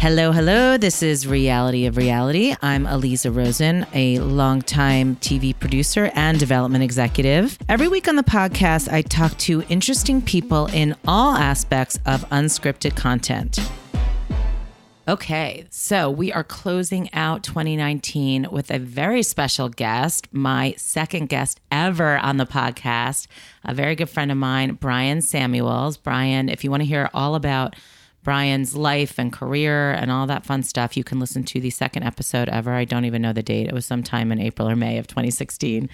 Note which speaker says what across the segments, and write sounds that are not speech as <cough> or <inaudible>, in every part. Speaker 1: Hello, hello. This is Reality of Reality. I'm Aliza Rosen, a longtime TV producer and development executive. Every week on the podcast, I talk to interesting people in all aspects of unscripted content. Okay, so we are closing out 2019 with a very special guest, my second guest ever on the podcast, a very good friend of mine, Brian Samuels. Brian, if you want to hear all about Brian's life and career and all that fun stuff, you can listen to the second episode ever. I don't even know the date. It was sometime in April or May of 2016.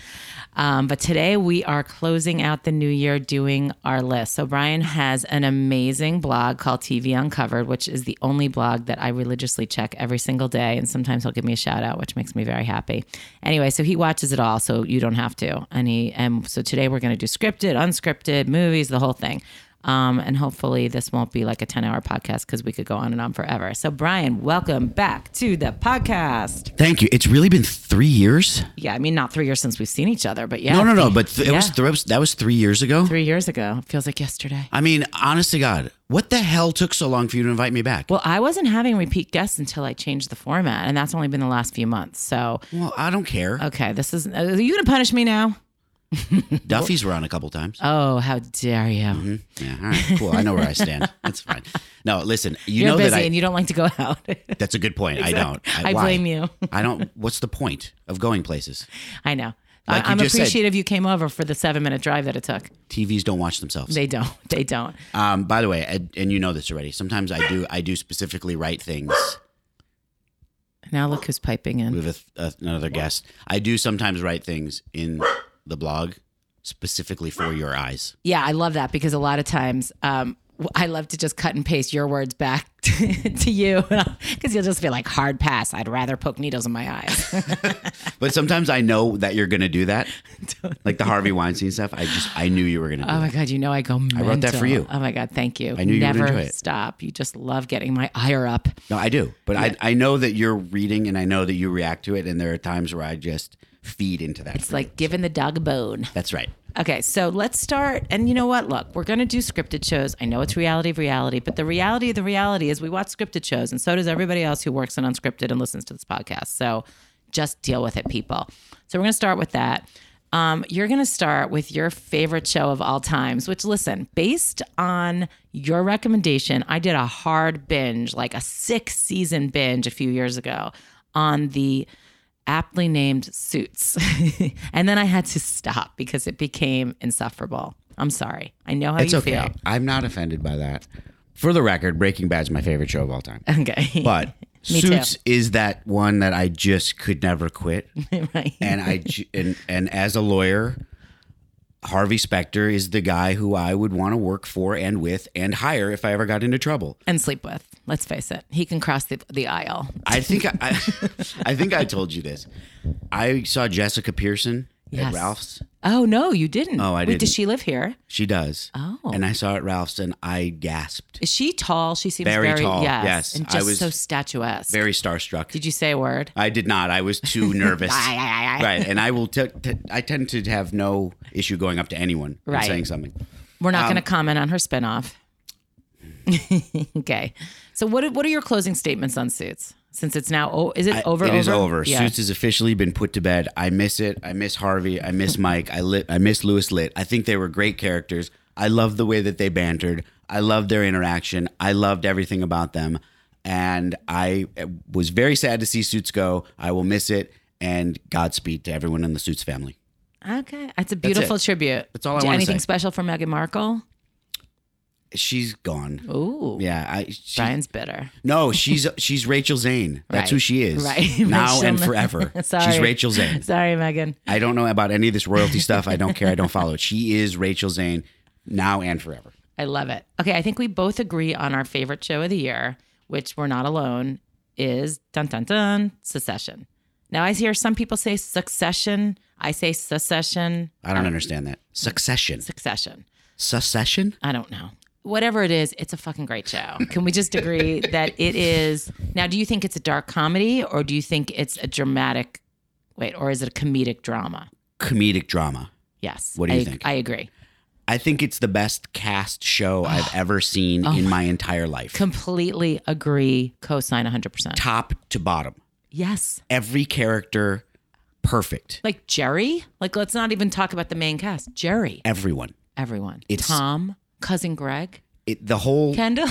Speaker 1: Um, but today we are closing out the new year doing our list. So, Brian has an amazing blog called TV Uncovered, which is the only blog that I religiously check every single day. And sometimes he'll give me a shout out, which makes me very happy. Anyway, so he watches it all, so you don't have to. And, he, and so today we're going to do scripted, unscripted, movies, the whole thing. Um, and hopefully this won't be like a 10 hour podcast because we could go on and on forever. So, Brian, welcome back to the podcast.
Speaker 2: Thank you. It's really been three years.
Speaker 1: Yeah, I mean, not three years since we've seen each other, but yeah.
Speaker 2: No, no, no. But th- it was
Speaker 1: Yeah.
Speaker 2: th- that was three years ago.
Speaker 1: three years ago. It feels like yesterday.
Speaker 2: I mean, honest to God, what the hell took so long for you to invite me back? Well,
Speaker 1: Well, I wasn't having repeat guests until I changed the format, and that's only been the last few months. So,
Speaker 2: I don't care.
Speaker 1: okay, this is. Are you going to punish me now?
Speaker 2: Duffy's were on a couple times.
Speaker 1: Oh, how dare you?
Speaker 2: yeah, all right, cool. I know where
Speaker 1: <laughs>
Speaker 2: I stand. That's fine. No, listen, you
Speaker 1: You're
Speaker 2: know
Speaker 1: busy
Speaker 2: that I.
Speaker 1: and you don't like to go <laughs> out.
Speaker 2: <laughs> that's a good point. I don't.
Speaker 1: I
Speaker 2: why?
Speaker 1: blame you. <laughs>
Speaker 2: I don't. What's the point of going places?
Speaker 1: I know.
Speaker 2: Like
Speaker 1: I,
Speaker 2: you
Speaker 1: I'm
Speaker 2: just said-
Speaker 1: appreciative you came over for the seven minute drive that it took.
Speaker 2: TVs don't watch themselves.
Speaker 1: They don't. <laughs> They don't.
Speaker 2: um, by the way, I, and you know this already. Sometimes I do. I do specifically write things.
Speaker 1: Now look who's piping in.
Speaker 2: We have a, a, another guest. I do sometimes write things in the blog specifically for your eyes.
Speaker 1: Yeah, I love that because a lot of times um, w- I love to just cut and paste your words back <laughs> to you <laughs> because you'll just be like, hard pass. I'd rather poke needles in my eyes.
Speaker 2: But sometimes I know that you're going to
Speaker 1: <laughs>
Speaker 2: do that. Like the Harvey Weinstein stuff. I just, I knew you were going to do
Speaker 1: oh
Speaker 2: that.
Speaker 1: my God, you know I go mental.
Speaker 2: wrote that for you.
Speaker 1: Oh my God, thank you.
Speaker 2: I knew you would
Speaker 1: Never
Speaker 2: enjoy it.
Speaker 1: stop. You just love getting my ire up.
Speaker 2: No, I do. But I, I know that you're reading and I know that you react to it. And there are times where I just feed into that.
Speaker 1: It's like giving the dog a bone.
Speaker 2: That's right.
Speaker 1: Okay, so let's start. And you know what? Look, we're going to do scripted shows. I know it's reality of reality, but the reality of the reality is we watch scripted shows, and so does everybody else who works in unscripted and listens to this podcast. So just deal with it, people. So we're going to start with that. Um, you're going to start with your favorite show of all times, which, listen, based on your recommendation, I did a hard binge, like a six season binge a few years ago on the aptly named Suits. <laughs> and then I had to stop because it became insufferable. I'm sorry. I know how
Speaker 2: It's
Speaker 1: you
Speaker 2: okay. I'm not offended by that. For the record, Breaking Bad's my favorite show of all
Speaker 1: <laughs>
Speaker 2: time.
Speaker 1: feel. <laughs> Okay.
Speaker 2: But
Speaker 1: Me too.
Speaker 2: Suits is that one that I just could never quit.
Speaker 1: right. <laughs>
Speaker 2: and I ju- and and as a lawyer, Harvey Specter is the guy who I would want to work for and with and hire if I ever got into trouble.
Speaker 1: And sleep with. Let's face it. He can cross the, the aisle.
Speaker 2: I think I, I, I think I told you this. I saw Jessica Pearson
Speaker 1: Yes.
Speaker 2: at Ralph's.
Speaker 1: Oh, no, you didn't.
Speaker 2: Oh, I
Speaker 1: Wait,
Speaker 2: didn't.
Speaker 1: Does she live here?
Speaker 2: She does.
Speaker 1: Oh.
Speaker 2: And I saw her at Ralph's and I gasped.
Speaker 1: Is she tall? She seems very,
Speaker 2: Very tall, yes.
Speaker 1: And
Speaker 2: I
Speaker 1: just
Speaker 2: was
Speaker 1: so statuesque.
Speaker 2: Very starstruck.
Speaker 1: Did you say a word?
Speaker 2: I did not. I was
Speaker 1: <laughs>
Speaker 2: too nervous.
Speaker 1: Aye, aye, aye, aye.
Speaker 2: right. And I will t- t- I tend to have no issue going up to anyone
Speaker 1: Right.
Speaker 2: and saying something.
Speaker 1: We're
Speaker 2: Um,
Speaker 1: not going to comment on her spinoff. <laughs> okay. So what what are your closing statements on Suits? Since it's now oh, is it
Speaker 2: I-
Speaker 1: over?
Speaker 2: It is over.
Speaker 1: Yeah.
Speaker 2: Suits has officially been put to bed. I miss it. I miss Harvey. I miss Mike. I lit. I miss Lewis Lit. I think they were great characters. I loved the way that they bantered. I loved their interaction. I loved everything about them. And I uh, was very sad to see Suits go. I will miss it. And Godspeed to everyone in the Suits family.
Speaker 1: Okay, that's a beautiful tribute.
Speaker 2: That's all I
Speaker 1: Do-
Speaker 2: wanna
Speaker 1: Anything
Speaker 2: say.
Speaker 1: special for Meghan Markle?
Speaker 2: She's gone.
Speaker 1: Ooh,
Speaker 2: Yeah. I. She,
Speaker 1: Brian's bitter. <laughs>
Speaker 2: No, she's she's Rachel Zane. That's
Speaker 1: Right.
Speaker 2: who she is.
Speaker 1: Right. <laughs>
Speaker 2: Now
Speaker 1: Rachel-
Speaker 2: and forever.
Speaker 1: <laughs> Sorry.
Speaker 2: She's Rachel Zane.
Speaker 1: Sorry, Megan.
Speaker 2: I don't know about any of this royalty stuff. I don't care. I don't follow it. She is Rachel Zane now and forever.
Speaker 1: I love it. Okay, I think we both agree on our favorite show of the year, which we're not alone. Is dun dun dun Secession. Now I hear some people say Succession. I say Secession.
Speaker 2: I don't understand that. Succession.
Speaker 1: Succession.
Speaker 2: Succession?
Speaker 1: I don't know. Whatever it is, it's a fucking great
Speaker 2: <laughs>
Speaker 1: show. Can we just agree that it is? Now, do you think it's a dark comedy or do you think it's a dramatic? Wait, or is it a comedic drama?
Speaker 2: Comedic drama.
Speaker 1: Yes.
Speaker 2: What do you
Speaker 1: I-
Speaker 2: think?
Speaker 1: I agree.
Speaker 2: I think it's the best cast show I've ever seen in my entire life.
Speaker 1: Completely agree. Cosign 100%.
Speaker 2: Top to bottom.
Speaker 1: Yes.
Speaker 2: Every character perfect.
Speaker 1: Like Jerry. Like, let's not even talk about the main cast. Jerry.
Speaker 2: Everyone.
Speaker 1: Everyone.
Speaker 2: It's-
Speaker 1: Tom. Cousin Greg.
Speaker 2: It, the whole <laughs>
Speaker 1: Kendall.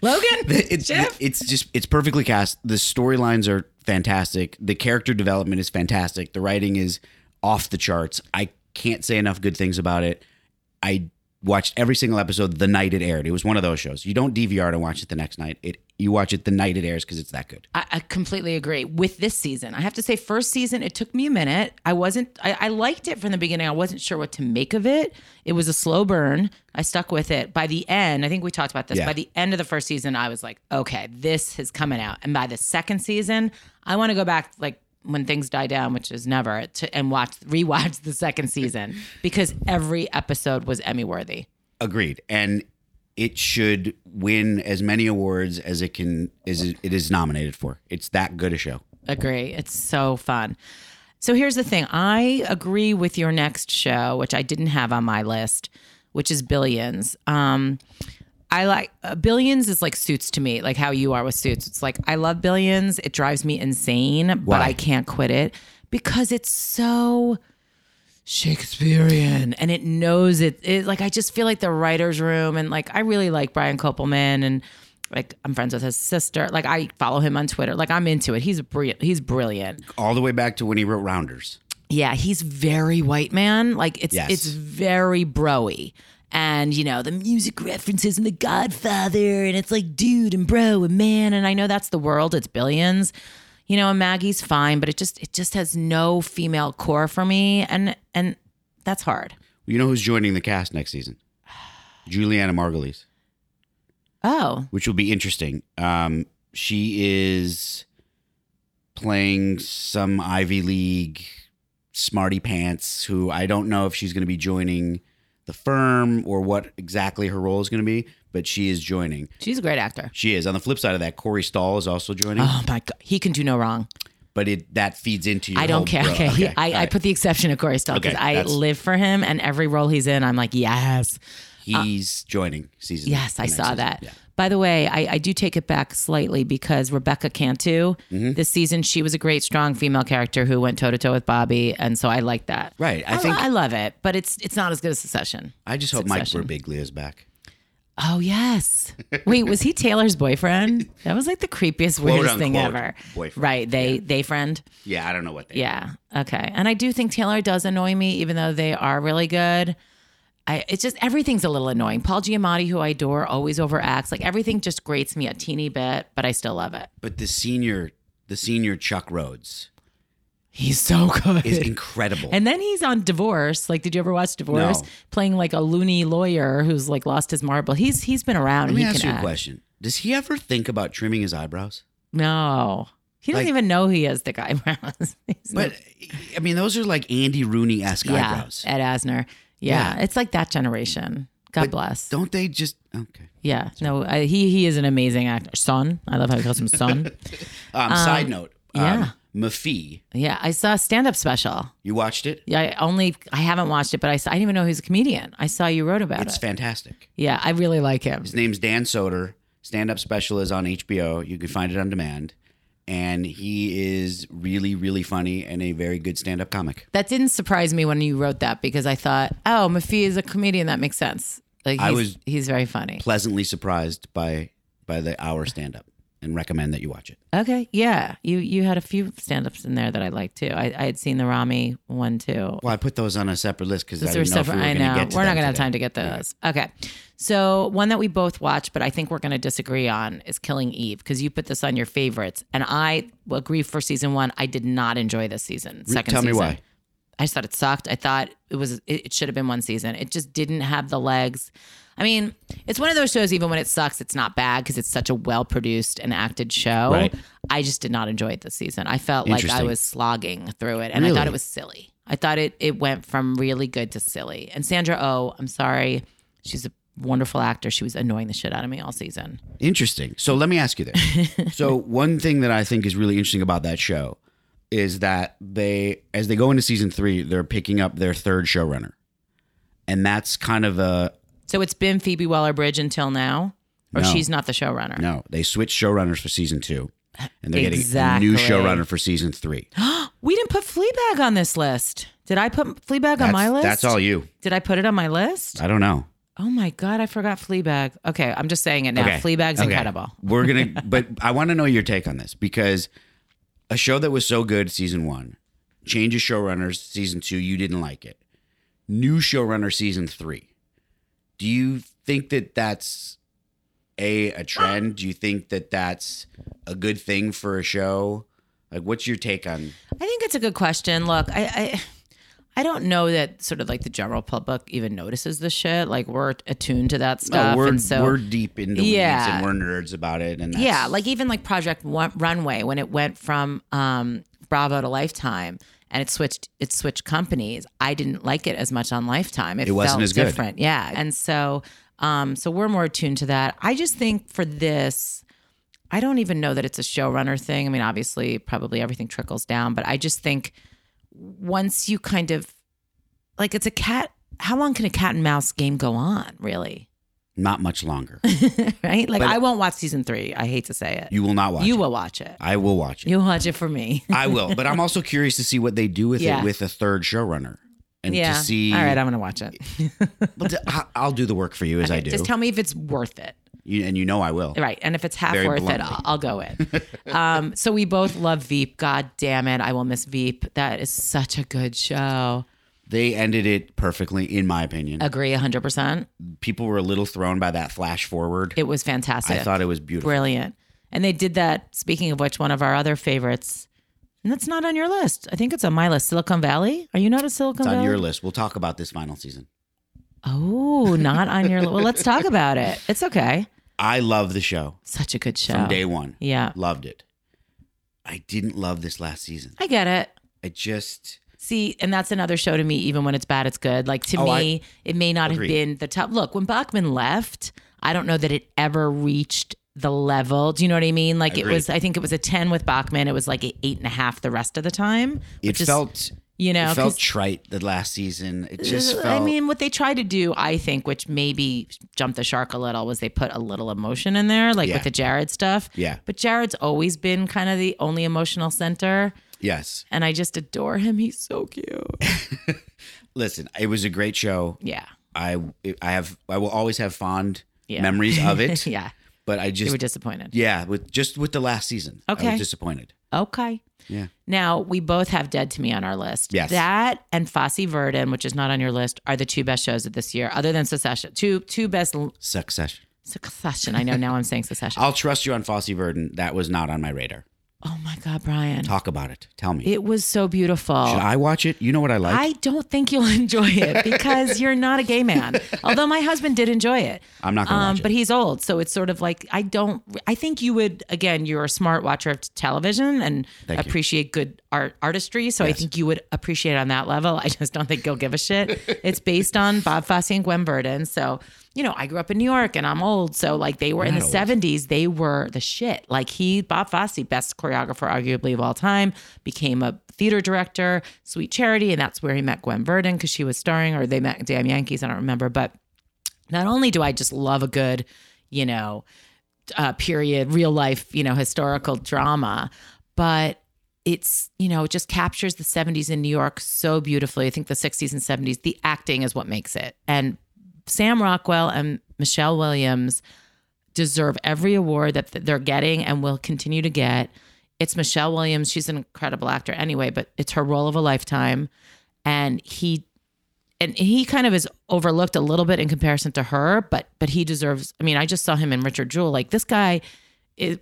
Speaker 1: Logan.
Speaker 2: it's
Speaker 1: Jeff.
Speaker 2: it's just it's perfectly cast. The storylines are fantastic. The character development is fantastic. The writing is off the charts. I can't say enough good things about it. I watched every single episode the night it aired. It was one of those shows. You don't DVR it and watch it the next night. It you watch it the night it airs because it's that good.
Speaker 1: I, I completely agree with this season. I have to say, first season, it took me a minute. I wasn't, I, I liked it from the beginning. I wasn't sure what to make of it. It was a slow burn. I stuck with it. By the end, I think we talked about this.
Speaker 2: Yeah.
Speaker 1: By the end of the first season, I was like, okay, this is coming out. And by the second season, I want to go back, like, when things die down, which is never, to, and watch, rewatch the second season because every episode was Emmy worthy.
Speaker 2: Agreed. And it should win as many awards as it can as it it is nominated for. It's that good a show.
Speaker 1: Agree. It's so fun. So here's the thing I agree with your next show, which I didn't have on my list, which is Billions. Um, I like uh, Billions is like suits to me, like how you are with suits. It's like I love Billions. It drives me insane, but
Speaker 2: Why?
Speaker 1: I can't quit it because it's so Shakespearean and it knows it, it. Like, I just feel like the writer's room, and like, I really like Brian Kopelman, and like, I'm friends with his sister. Like, I follow him on Twitter. Like, I'm into it. He's brilliant. He's brilliant.
Speaker 2: All the way back to when he wrote Rounders.
Speaker 1: Yeah, he's very white man. Like it's
Speaker 2: Yes.
Speaker 1: it's very broy. And you know, the music references and the Godfather and it's like dude and bro and man and I know that's the world, it's billions. You know, and Maggie's fine, but it just it just has no female core for me and and that's hard.
Speaker 2: You know who's joining the cast
Speaker 1: <sighs>
Speaker 2: next season? Juliana Margulies,
Speaker 1: Oh,
Speaker 2: which will be interesting. Um, she is playing some Ivy League smarty pants who I don't know if she's going to be joining the firm or what exactly her role is going to be, but she is joining.
Speaker 1: she's a great actor.
Speaker 2: She is. On the flip side of that, Corey Stahl is also joining,
Speaker 1: Oh my god, he can do no wrong.
Speaker 2: but it that feeds into your
Speaker 1: I don't care.
Speaker 2: whole bro-
Speaker 1: okay, <laughs> He-
Speaker 2: okay,
Speaker 1: I,
Speaker 2: all
Speaker 1: I
Speaker 2: right.
Speaker 1: put the exception of Corey Stoll because
Speaker 2: Okay,
Speaker 1: I
Speaker 2: that's-
Speaker 1: live for him, and every role he's in, I'm like, yes.
Speaker 2: he's joining season.
Speaker 1: uh, Yes, I
Speaker 2: next
Speaker 1: saw
Speaker 2: season.
Speaker 1: that.
Speaker 2: Yeah.
Speaker 1: By the way, I, I do take it back slightly because Rebecca Cantu,
Speaker 2: Mm-hmm.
Speaker 1: this season, she was a great, strong female character who went toe to toe with Bobby, and so I like that.
Speaker 2: Right, I
Speaker 1: lo-
Speaker 2: think-
Speaker 1: I love it, but it's it's not as good as Succession.
Speaker 2: I just hope
Speaker 1: Succession.
Speaker 2: Mike Birbiglia is back.
Speaker 1: Oh yes. <laughs> Wait, was he Taylor's boyfriend? That was like the creepiest, weirdest thing
Speaker 2: unquote
Speaker 1: ever.
Speaker 2: boyfriend,
Speaker 1: Right? They they friend.
Speaker 2: Yeah, I don't know what they
Speaker 1: Yeah. Okay. And I do think Taylor does annoy me, even though they are really good. I, it's just everything's a little annoying. Paul Giamatti, who I adore, always overacts. Like everything just grates me a teeny bit, but I still love it.
Speaker 2: But the senior, the senior Chuck Rhodes
Speaker 1: He's so <laughs> good.
Speaker 2: is incredible.
Speaker 1: and then he's on Divorce. Like, did you ever watch Divorce?
Speaker 2: No.
Speaker 1: Playing like a loony lawyer who's like lost his marble. He's he's been around.
Speaker 2: Let
Speaker 1: and
Speaker 2: me
Speaker 1: he
Speaker 2: ask
Speaker 1: can
Speaker 2: you a
Speaker 1: act.
Speaker 2: question: Does he ever think about trimming his eyebrows?
Speaker 1: No, he doesn't
Speaker 2: Like-
Speaker 1: even know he is the guy. <laughs> He's
Speaker 2: But I mean, those are like Andy Rooney esque
Speaker 1: yeah,
Speaker 2: eyebrows.
Speaker 1: Ed Asner. Yeah, it's like that generation. God
Speaker 2: But
Speaker 1: bless.
Speaker 2: Don't they just okay?
Speaker 1: Yeah, no, I, he he is an amazing actor. Son, I love how he calls him
Speaker 2: <laughs>
Speaker 1: son.
Speaker 2: Um, side note: um,
Speaker 1: yeah.
Speaker 2: Mafi,
Speaker 1: yeah, I saw a stand-up special.
Speaker 2: you watched it?
Speaker 1: Yeah, I only I haven't watched it, but I saw, I didn't even know he was a comedian. I saw you wrote about
Speaker 2: It's
Speaker 1: it.
Speaker 2: fantastic.
Speaker 1: Yeah, I really like him.
Speaker 2: His name's Dan Soder. Stand up special is on HBO. You can find it on demand. And he is really, really funny and a very good stand up comic.
Speaker 1: That didn't surprise me when you wrote that because I thought, oh, Mafi is a comedian. That makes sense. Like he's,
Speaker 2: I was-
Speaker 1: he's very funny.
Speaker 2: Pleasantly surprised by by the hour stand up and recommend that you watch it.
Speaker 1: Okay, yeah, you you had a few stand-ups in there that I liked too. I, I had seen the Rami one too.
Speaker 2: Well, I put those on a separate list because I
Speaker 1: Those
Speaker 2: didn't
Speaker 1: are
Speaker 2: know if
Speaker 1: separate-
Speaker 2: we were
Speaker 1: I
Speaker 2: going
Speaker 1: know.
Speaker 2: to get to
Speaker 1: we're not
Speaker 2: them
Speaker 1: gonna have
Speaker 2: today.
Speaker 1: time to get those. Okay. So one that we both watch, but I think we're gonna disagree on is Killing Eve because you put this on your favorites, and I will agree for season one. I did not enjoy this season. Second,
Speaker 2: tell me
Speaker 1: season.
Speaker 2: why.
Speaker 1: I just thought it sucked. I thought it was it, it should have been one season. It just didn't have the legs. I mean, it's one of those shows. Even when it sucks, it's not bad because it's such a well produced and acted show.
Speaker 2: Right.
Speaker 1: I just did not enjoy it this season. I felt like I
Speaker 2: Interesting.
Speaker 1: was slogging through it, and I thought
Speaker 2: Really?
Speaker 1: it was silly. I thought it it went from really good to silly. And Sandra Oh, I'm sorry, she's a wonderful actor. She was annoying the shit out of me all season.
Speaker 2: Interesting. So let me ask
Speaker 1: <laughs>
Speaker 2: you this. so one thing that I think is really interesting about that show is that they, as they go into season three, they're picking up their third showrunner, and that's kind of a
Speaker 1: So it's been Phoebe Waller-Bridge until now, or
Speaker 2: No.
Speaker 1: she's not the showrunner.
Speaker 2: no. They switched showrunners for season two, and they're
Speaker 1: Exactly.
Speaker 2: getting a new showrunner for season three.
Speaker 1: We didn't put Fleabag on this list. Did I put Fleabag <gasps> on
Speaker 2: That's-
Speaker 1: my list?
Speaker 2: That's all you.
Speaker 1: Did I put it on my list?
Speaker 2: I don't know.
Speaker 1: Oh my god, I forgot Fleabag. Okay, I'm just saying it now.
Speaker 2: Okay.
Speaker 1: Fleabag's
Speaker 2: Okay.
Speaker 1: incredible. <laughs>
Speaker 2: We're gonna, but I want to know your take on this because a show that was so good season one, change of showrunners season two, you didn't like it. New showrunner season three. Do you think that that's a a trend? Do you think that that's a good thing for a show? Like, what's your take on?
Speaker 1: I think it's a good question. Look, I, I I don't know that sort of like the general public even notices the shit. Like we're attuned to that stuff,
Speaker 2: Oh, we're
Speaker 1: and so
Speaker 2: we're deep into
Speaker 1: Yeah.
Speaker 2: weeds and we're nerds about it, and that's,
Speaker 1: yeah, like even like Project Wa- Runway when it went from um, Bravo to Lifetime and it switched it switched companies. I didn't like it as much on Lifetime. It,
Speaker 2: It wasn't
Speaker 1: felt
Speaker 2: as good.
Speaker 1: different. Yeah, and so um, so we're more attuned to that. I just think for this. I don't even know that it's a showrunner thing. I mean, obviously, probably everything trickles down, but I just think once you kind of like it's a cat, how long can a cat and mouse game go on, really? <laughs>
Speaker 2: not much longer.
Speaker 1: right? Like,
Speaker 2: But-
Speaker 1: I won't watch season three. I hate to say it.
Speaker 2: You
Speaker 1: <laughs>
Speaker 2: will not watch.
Speaker 1: you
Speaker 2: it.
Speaker 1: will watch it.
Speaker 2: I will watch it.
Speaker 1: You'll watch it for <laughs> me.
Speaker 2: I will, but I'm also curious to see what they do with
Speaker 1: Yeah.
Speaker 2: it with a third showrunner and
Speaker 1: yeah.
Speaker 2: to see.
Speaker 1: All right, I'm gonna watch it.
Speaker 2: but to- I- I'll do the work for you as I do,
Speaker 1: Just tell me if it's worth it.
Speaker 2: you, and you know I will.
Speaker 1: Right. And if it's half
Speaker 2: Very
Speaker 1: worth
Speaker 2: bluntly.
Speaker 1: it, I'll, I'll go
Speaker 2: <laughs>
Speaker 1: in. um, so we both love Veep. God damn it. I will miss Veep. That is such a good show.
Speaker 2: They ended it perfectly, in my opinion.
Speaker 1: Agree 100%.
Speaker 2: People were a little thrown by that flash forward.
Speaker 1: It was fantastic.
Speaker 2: I thought it was beautiful.
Speaker 1: Brilliant. And they did that. Speaking of which, one of our other favorites, and that's not on your list. I think it's on my list. Silicon Valley. Are you not a Silicon
Speaker 2: It's
Speaker 1: Valley?
Speaker 2: on your list. We'll talk about this final season.
Speaker 1: Oh, not on your list. Well, let's talk about it. It's okay.
Speaker 2: I love the show
Speaker 1: Such a good show.
Speaker 2: from day one.
Speaker 1: yeah.
Speaker 2: Loved it. I didn't love this last season.
Speaker 1: I get it.
Speaker 2: I just
Speaker 1: See, and that's another show to me, even when it's bad, it's good. Like to
Speaker 2: Oh, I-
Speaker 1: me, it may not
Speaker 2: Agreed.
Speaker 1: have been the top. Look, when Bachman left, I don't know that it ever reached the level. Do you know what I mean? Like it
Speaker 2: Agreed.
Speaker 1: was, I think it was a 10 with Bachman. It was like an eight and a half the rest of the time.
Speaker 2: it
Speaker 1: which is-
Speaker 2: felt
Speaker 1: you know,
Speaker 2: it felt
Speaker 1: 'cause-
Speaker 2: trite the last season. It just felt.
Speaker 1: I mean, what they tried to do, I think, which maybe jumped the shark a little, was they put a little emotion in there, like
Speaker 2: Yeah.
Speaker 1: with the Jared stuff.
Speaker 2: Yeah.
Speaker 1: But Jared's always been kind of the only emotional center,
Speaker 2: yes.
Speaker 1: and I just adore him. He's so cute.
Speaker 2: <laughs> Listen, it was a great show.
Speaker 1: Yeah.
Speaker 2: I I have I will always have fond
Speaker 1: Yeah.
Speaker 2: memories
Speaker 1: <laughs>
Speaker 2: of it.
Speaker 1: yeah.
Speaker 2: But I
Speaker 1: You
Speaker 2: just
Speaker 1: were disappointed.
Speaker 2: yeah, with just with the last season. I
Speaker 1: Okay.
Speaker 2: was disappointed.
Speaker 1: Okay.
Speaker 2: Yeah.
Speaker 1: Now, we both have Dead to Me on our list.
Speaker 2: Yes.
Speaker 1: That and Fosse Verdon, which is not on your list, are the two best shows of this year, other than Secession. Two two best l-
Speaker 2: Succession.
Speaker 1: Succession. I know now I'm saying
Speaker 2: <laughs>
Speaker 1: Succession.
Speaker 2: I'll trust you on Fosse Verdon. That was not on my radar.
Speaker 1: oh my God, Brian.
Speaker 2: Talk about it. Tell me.
Speaker 1: It was so beautiful.
Speaker 2: Should I watch it? You know what I like?
Speaker 1: I don't think you'll <laughs> enjoy it because you're not a gay man. Although my husband did enjoy it.
Speaker 2: I, am not gonna watch it.
Speaker 1: Um, but he's old, so it's sort of like I don't. I think you would again. You're a smart watcher of television and
Speaker 2: Thank you.
Speaker 1: appreciate good art artistry. So I
Speaker 2: Yes.
Speaker 1: think you would appreciate it on that level. <laughs> I just don't think you'll give a shit. it's based on Bob Fosse and Gwen Verdon. So you know, I grew up in New York and I'm old. So like they were in
Speaker 2: not
Speaker 1: the
Speaker 2: old.
Speaker 1: '70s, they were the shit. Like he, Bob Fosse, best choreographer arguably of all time, became a theater director, Sweet Charity, and that's where he met Gwen Verdon because she was starring, or they met Damn Yankees. I don't remember, but not only do I just love a good, you know, uh, period, real life, you know, historical drama, but it's, you know, it just captures the 70s in New York so beautifully. I think the 60s and 70s, the acting is what makes it. And Sam Rockwell and Michelle Williams deserve every award that th- they're getting and will continue to get. It's Michelle Williams. She's an incredible actor anyway, but it's her role of a lifetime. And he and he kind of is overlooked a little bit in comparison to her, but but he deserves. I mean, I just saw him in Richard Jewell. Like this guy, is,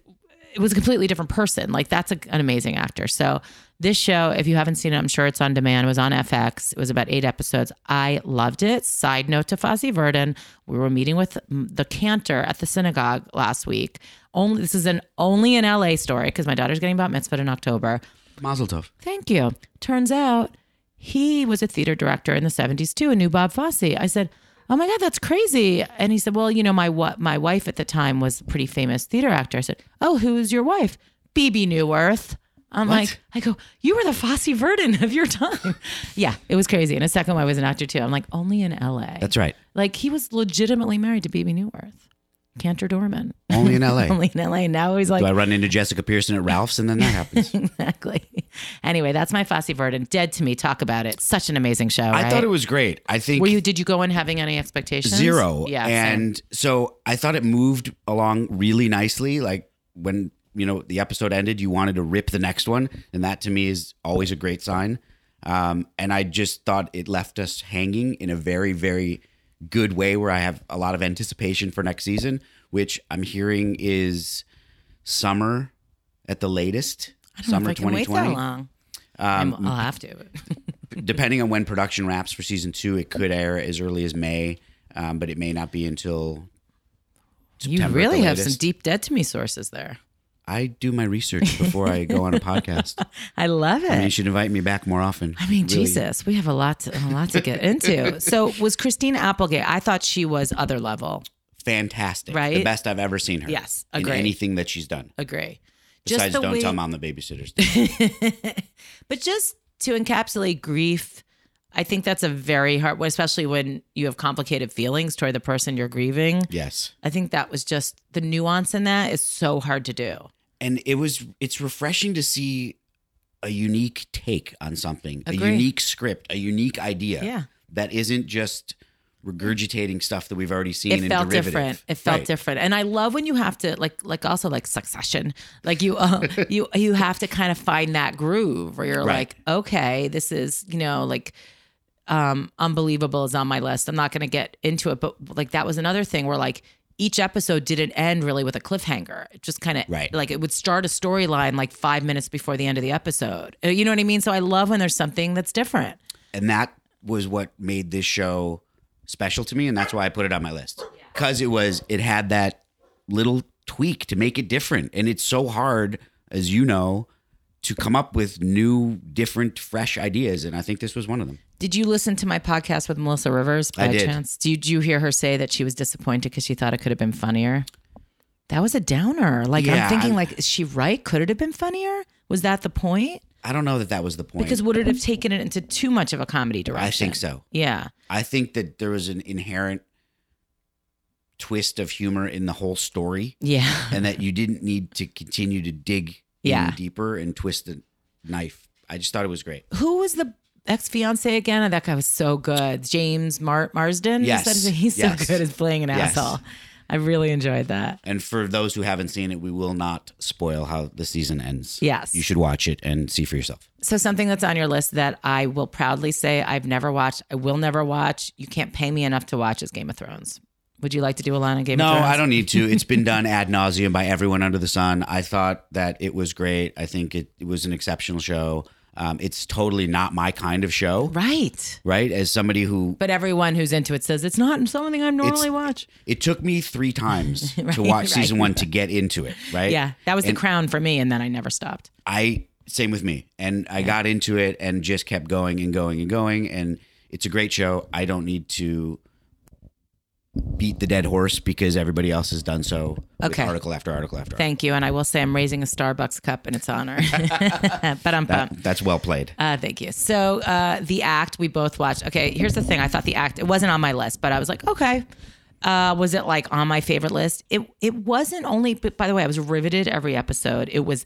Speaker 1: it was a completely different person. Like that's a, an amazing actor. So this show, if you haven't seen it, I'm sure it's on demand. It was on FX. It was about eight episodes. I loved it. Side note to Fozzie Verdon, we were meeting with mm, the cantor at the synagogue last week. Only this is an only in LA story because my daughter's getting bat mitzvah in October.
Speaker 2: Mazel tov.
Speaker 1: Thank you. Turns out he was a theater director in the 70s too and knew Bob Fosse. I said, Oh my God, that's crazy. And he said, Well, you know, my wa- my wife at the time was a pretty famous theater actor. I said, Oh, who's your wife? BB Newworth. I'm like, I go, you were the Fosse Verdon of your time. <laughs> yeah, it was crazy. And a second wife was an actor too. I'm like, only in LA.
Speaker 2: That's right.
Speaker 1: Like he was legitimately married to BB Newworth, Cantor Dorman.
Speaker 2: Only in LA.
Speaker 1: <laughs> only in LA. Now he's like,
Speaker 2: Do I run into Jessica Pearson at Ralph's and then that
Speaker 1: <laughs>
Speaker 2: happens?
Speaker 1: exactly. Anyway, that's my Fosse Verdon. Dead to me. Talk about it. Such an amazing show.
Speaker 2: I thought it was great. I think
Speaker 1: Were you? Did you go in having any expectations?
Speaker 2: zero.
Speaker 1: Yeah. same.
Speaker 2: and so I thought it moved along really nicely. Like when you know the episode ended, you wanted to rip the next one, and that to me is always a great sign. Um, and I just thought it left us hanging in a very, very good way, where I have a lot of anticipation for next season, which I'm hearing is summer at the latest.
Speaker 1: I <laughs> don't know if
Speaker 2: summer Um,
Speaker 1: I can wait that long. I'm- I'll have
Speaker 2: <laughs>
Speaker 1: to.
Speaker 2: depending on when production wraps for season two, it could air as early as May, um, but it may not be until.
Speaker 1: you
Speaker 2: September at
Speaker 1: really
Speaker 2: the
Speaker 1: have some
Speaker 2: latest.
Speaker 1: deep dead to me sources there.
Speaker 2: I do my research before I
Speaker 1: <laughs>
Speaker 2: go on a podcast.
Speaker 1: I love it.
Speaker 2: I mean, you should invite me back more often.
Speaker 1: I mean,
Speaker 2: Really.
Speaker 1: Jesus, we have a lot to, a lot to
Speaker 2: <laughs>
Speaker 1: get into. So, was Christine Applegate? I thought she was other level.
Speaker 2: fantastic,
Speaker 1: Right?
Speaker 2: The best I've ever seen her.
Speaker 1: Yes,
Speaker 2: in
Speaker 1: agree.
Speaker 2: anything that she's done.
Speaker 1: Agree.
Speaker 2: Besides, don't
Speaker 1: way-
Speaker 2: tell mom the babysitter's.
Speaker 1: <laughs> but just to encapsulate grief, I think that's a very hard, especially when you have complicated feelings toward the person you're grieving.
Speaker 2: yes,
Speaker 1: I think that was just the nuance in that is so hard to do.
Speaker 2: and it was. It's refreshing to see a unique take on something,
Speaker 1: Agree.
Speaker 2: a unique script, a unique idea.
Speaker 1: Yeah.
Speaker 2: that isn't just regurgitating stuff that we've already seen.
Speaker 1: It
Speaker 2: and
Speaker 1: felt
Speaker 2: derivative.
Speaker 1: different. It felt
Speaker 2: Right.
Speaker 1: different, and I love when you have to like, like also like Succession. Like you,
Speaker 2: <laughs>
Speaker 1: uh, you, you have to kind of find that groove where you're
Speaker 2: Right.
Speaker 1: like, okay, this is you know like, um, unbelievable is on my list. I'm not going to get into it, but like that was another thing where like each episode didn't end really with a cliffhanger. It just kind of
Speaker 2: Right.
Speaker 1: like it would start a storyline like five minutes before the end of the episode. Uh, You know what I mean? So I love when there's something that's different.
Speaker 2: and that was what made this show special to me and that's why i put it on my list because it was it had that little tweak to make it different and it's so hard as you know to come up with new different fresh ideas and i think this was one of them
Speaker 1: Did you listen to my podcast with Melissa Rivers by
Speaker 2: I did.
Speaker 1: chance? Did you hear her say that she was disappointed because she thought it could have been funnier? That was a downer. Like I'm
Speaker 2: Yeah,
Speaker 1: thinking,
Speaker 2: I'm-
Speaker 1: like, is she right? Could it have been funnier? Was that the point?
Speaker 2: i don't know that that was the point
Speaker 1: Because would it have taken it into too much of a comedy direction?
Speaker 2: i think so
Speaker 1: Yeah.
Speaker 2: i think that there was an inherent twist of humor in the whole story
Speaker 1: Yeah. <laughs>
Speaker 2: and that you didn't need to continue to dig in
Speaker 1: Yeah.
Speaker 2: deeper and twist the knife i just thought it was great
Speaker 1: Who was the ex fiance again? Oh, that guy was so good. James Mar- Marsden. Is
Speaker 2: Yes.
Speaker 1: that his- He's so
Speaker 2: Yes.
Speaker 1: good as playing an
Speaker 2: Yes.
Speaker 1: asshole. I really enjoyed that.
Speaker 2: And for those who haven't seen it, we will not spoil how the season ends.
Speaker 1: Yes.
Speaker 2: You should watch it and see for yourself.
Speaker 1: So something that's on your list that I will proudly say I've never watched, I will never watch. You can't pay me enough to watch is Game of Thrones. Would you like to do a line on Game
Speaker 2: No,
Speaker 1: of Thrones?
Speaker 2: I don't need to. It's been done ad nauseum by everyone under the sun. I thought that it was great. I think it, it was an exceptional show. Um, it's totally not my kind of show,
Speaker 1: Right.
Speaker 2: right? As somebody who
Speaker 1: But everyone who's into it says it's not something I normally watch.
Speaker 2: it took me three times
Speaker 1: <laughs> Right,
Speaker 2: to watch
Speaker 1: right.
Speaker 2: season one to get into it, right?
Speaker 1: Yeah, that was the
Speaker 2: And-
Speaker 1: crown for me, and then I never stopped.
Speaker 2: I same with me, and I got into it and just kept going and going and going, and it's a great show. I don't need to beat the dead horse because everybody else has done so. with
Speaker 1: Okay.
Speaker 2: article after article after. article.
Speaker 1: Thank you, and I will say I'm raising a Starbucks cup in its honor. <laughs> but I'm pumped.
Speaker 2: That, that's well played.
Speaker 1: Uh, thank you. So uh, the act we both watched. Okay, here's the thing. I thought the act it wasn't on my list, but I was like, okay. Uh, was it like on my favorite list? It it wasn't only. But by the way, I was riveted every episode. It was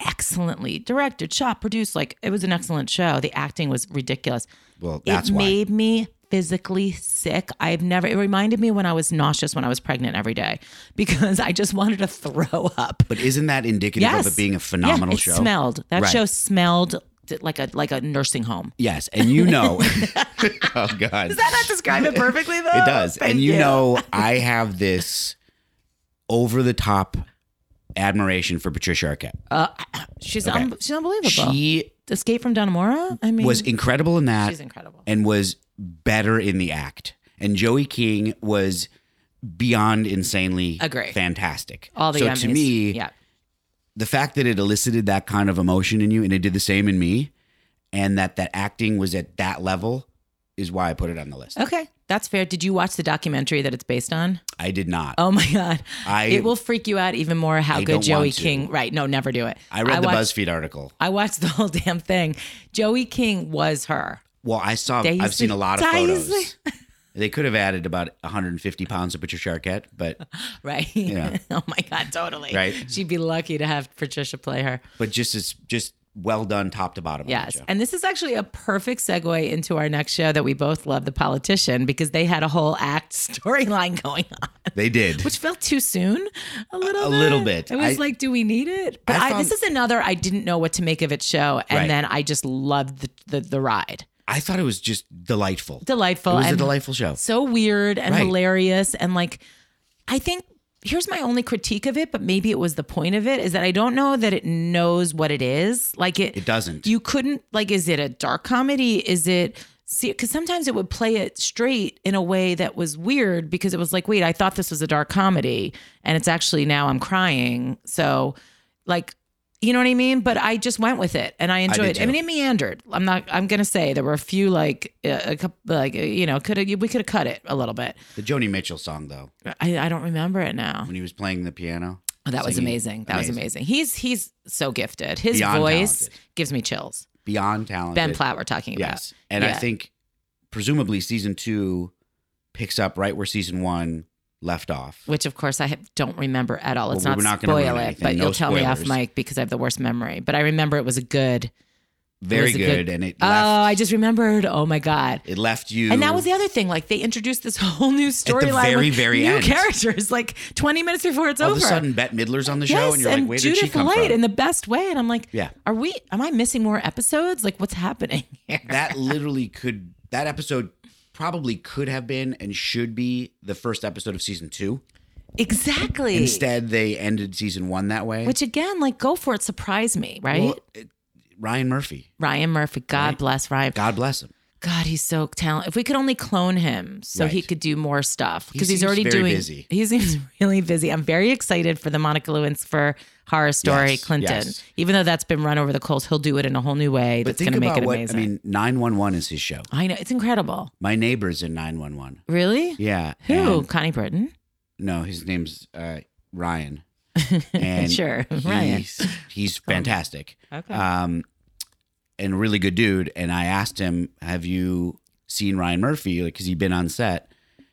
Speaker 1: excellently directed, shot, produced. Like it was an excellent show. The acting was ridiculous.
Speaker 2: Well, that's
Speaker 1: it
Speaker 2: why.
Speaker 1: made me physically sick. I've never. It reminded me when I was nauseous when I was pregnant every day <laughs> because I just wanted to <laughs> throw up.
Speaker 2: but isn't that indicative
Speaker 1: Yes.
Speaker 2: of it being a phenomenal
Speaker 1: yeah, it
Speaker 2: show?
Speaker 1: Smelled that
Speaker 2: Right.
Speaker 1: show smelled like a like a nursing home.
Speaker 2: yes, and
Speaker 1: <laughs>
Speaker 2: you know. <laughs> oh God.
Speaker 1: Does that not describe it perfectly though?
Speaker 2: It does.
Speaker 1: Thank
Speaker 2: and
Speaker 1: <laughs>
Speaker 2: you, know, I have this over the top admiration for Patricia Arquette.
Speaker 1: Uh, she's un- she's unbelievable.
Speaker 2: she
Speaker 1: Escape from Dunamora. I mean,
Speaker 2: was incredible in that.
Speaker 1: she's incredible.
Speaker 2: and was better in the act. And Joey King was beyond insanely
Speaker 1: Agree.
Speaker 2: fantastic.
Speaker 1: All the
Speaker 2: so
Speaker 1: Emmys.
Speaker 2: to me,
Speaker 1: yeah,
Speaker 2: the fact that it elicited that kind of emotion in you, and it did the same in me, and that that acting was at that level, is why I put it on the list.
Speaker 1: okay, that's fair. Did you watch the documentary that it's based on?
Speaker 2: I did not.
Speaker 1: Oh my god! <laughs>
Speaker 2: I-
Speaker 1: it will freak you out even more how
Speaker 2: I
Speaker 1: good
Speaker 2: don't
Speaker 1: Joey
Speaker 2: want to.
Speaker 1: King. Right? No, never do it.
Speaker 2: I read the
Speaker 1: watched,
Speaker 2: BuzzFeed article.
Speaker 1: I watched the whole damn thing. Joey King was her.
Speaker 2: Well, I saw.
Speaker 1: Daisy-
Speaker 2: I've seen a lot of
Speaker 1: Daisy.
Speaker 2: photos. <laughs> They could have added about 150 pounds of Patricia Arquette, but
Speaker 1: Right.
Speaker 2: Yeah.
Speaker 1: <laughs> oh my God, totally.
Speaker 2: Right.
Speaker 1: She'd be lucky to have Patricia play her.
Speaker 2: but just as just well done, top to bottom. on that
Speaker 1: Yes.
Speaker 2: show.
Speaker 1: And this is actually a perfect segue into our next show that we both love, The Politician, because they had a whole act <laughs> storyline going on,
Speaker 2: they
Speaker 1: <laughs>
Speaker 2: did.
Speaker 1: which felt too soon a little
Speaker 2: A
Speaker 1: bit.
Speaker 2: little bit.
Speaker 1: It was
Speaker 2: I-
Speaker 1: like, do we need it? But
Speaker 2: I
Speaker 1: I
Speaker 2: found-
Speaker 1: this is another I didn't know what to make of its show. And
Speaker 2: Right.
Speaker 1: then I just loved the, the, the ride.
Speaker 2: I thought it was just delightful.
Speaker 1: Delightful.
Speaker 2: It was a
Speaker 1: and
Speaker 2: delightful show.
Speaker 1: so weird and
Speaker 2: Right.
Speaker 1: hilarious and like i think here's my only critique of it but maybe it was the point of it is that i don't know that it knows what it is like it
Speaker 2: It doesn't.
Speaker 1: you couldn't like is it a dark comedy is it see because sometimes it would play it straight in a way that was weird because it was like wait i thought this was a dark comedy and it's actually now i'm crying so like you know what i mean but i just went with it and i enjoyed it i
Speaker 2: too.
Speaker 1: mean it meandered i'm not i'm gonna say there were a few like uh, a couple like uh, you know could have we could have cut it a little bit
Speaker 2: the Joni Mitchell song, though,
Speaker 1: i, I don't remember it now
Speaker 2: when he was playing the piano.
Speaker 1: Oh, that was
Speaker 2: Singing.
Speaker 1: amazing that was
Speaker 2: Amazing.
Speaker 1: amazing he's he's so gifted his
Speaker 2: Beyond
Speaker 1: voice
Speaker 2: talented.
Speaker 1: gives me chills
Speaker 2: Beyond talented.
Speaker 1: ben platt we're talking about
Speaker 2: Yes. And I
Speaker 1: Yeah.
Speaker 2: think presumably season two picks up right where season one left off.
Speaker 1: which of course I ha- don't remember at all. It's
Speaker 2: Well, we're
Speaker 1: not,
Speaker 2: not gonna
Speaker 1: spoil
Speaker 2: ruin
Speaker 1: it,
Speaker 2: anything.
Speaker 1: but
Speaker 2: No
Speaker 1: you'll tell me off
Speaker 2: spoilers.
Speaker 1: mic because I have the worst memory. But I remember it was a good.
Speaker 2: Very
Speaker 1: was a
Speaker 2: good.
Speaker 1: good-
Speaker 2: And it
Speaker 1: Oh,
Speaker 2: left
Speaker 1: I just remembered. Oh my god.
Speaker 2: it left you
Speaker 1: And that was the other thing. Like they introduced this <laughs> whole new storyline,
Speaker 2: very,
Speaker 1: with
Speaker 2: very
Speaker 1: new
Speaker 2: end.
Speaker 1: characters, like twenty minutes before it's
Speaker 2: all
Speaker 1: over.
Speaker 2: of a sudden Bette Midler's on the show
Speaker 1: yes,
Speaker 2: and you're
Speaker 1: and
Speaker 2: like, where
Speaker 1: Judith
Speaker 2: did she come
Speaker 1: Light
Speaker 2: from?
Speaker 1: in the best way. And I'm like,
Speaker 2: Yeah.
Speaker 1: are we? Am I missing more episodes? Like, what's happening <laughs> here?
Speaker 2: that literally could that episode probably could have been and should be the first episode of season two.
Speaker 1: exactly.
Speaker 2: Instead, they ended season one that way.
Speaker 1: Which again, like, go for it. Surprise me, right?
Speaker 2: Well, it- Ryan Murphy.
Speaker 1: Ryan Murphy. God bless Ryan.
Speaker 2: God bless him.
Speaker 1: God, he's so talented. If we could only clone him so he
Speaker 2: Right.
Speaker 1: could do more stuff because he's
Speaker 2: seems
Speaker 1: already
Speaker 2: very
Speaker 1: doing.
Speaker 2: busy.
Speaker 1: He seems <laughs> really busy. I'm very excited for the Monica Lewinsky for Horror Story
Speaker 2: Yes,
Speaker 1: Clinton.
Speaker 2: yes.
Speaker 1: Even though that's been run over the coals, he'll do it in a whole new way.
Speaker 2: But
Speaker 1: That's
Speaker 2: think
Speaker 1: going to make
Speaker 2: about
Speaker 1: it
Speaker 2: what
Speaker 1: amazing.
Speaker 2: I mean. Nine one one is his show.
Speaker 1: I know it's incredible.
Speaker 2: My neighbor's in nine one one.
Speaker 1: Really?
Speaker 2: Yeah.
Speaker 1: Who?
Speaker 2: and-
Speaker 1: Connie Britton.
Speaker 2: no, his name's uh,
Speaker 1: <laughs>
Speaker 2: Ryan. And
Speaker 1: Sure,
Speaker 2: he's,
Speaker 1: Ryan.
Speaker 2: He's fantastic.
Speaker 1: Okay.
Speaker 2: Um, and really good dude. And I asked him, "Have you seen Ryan Murphy? Like, because he'd been on set."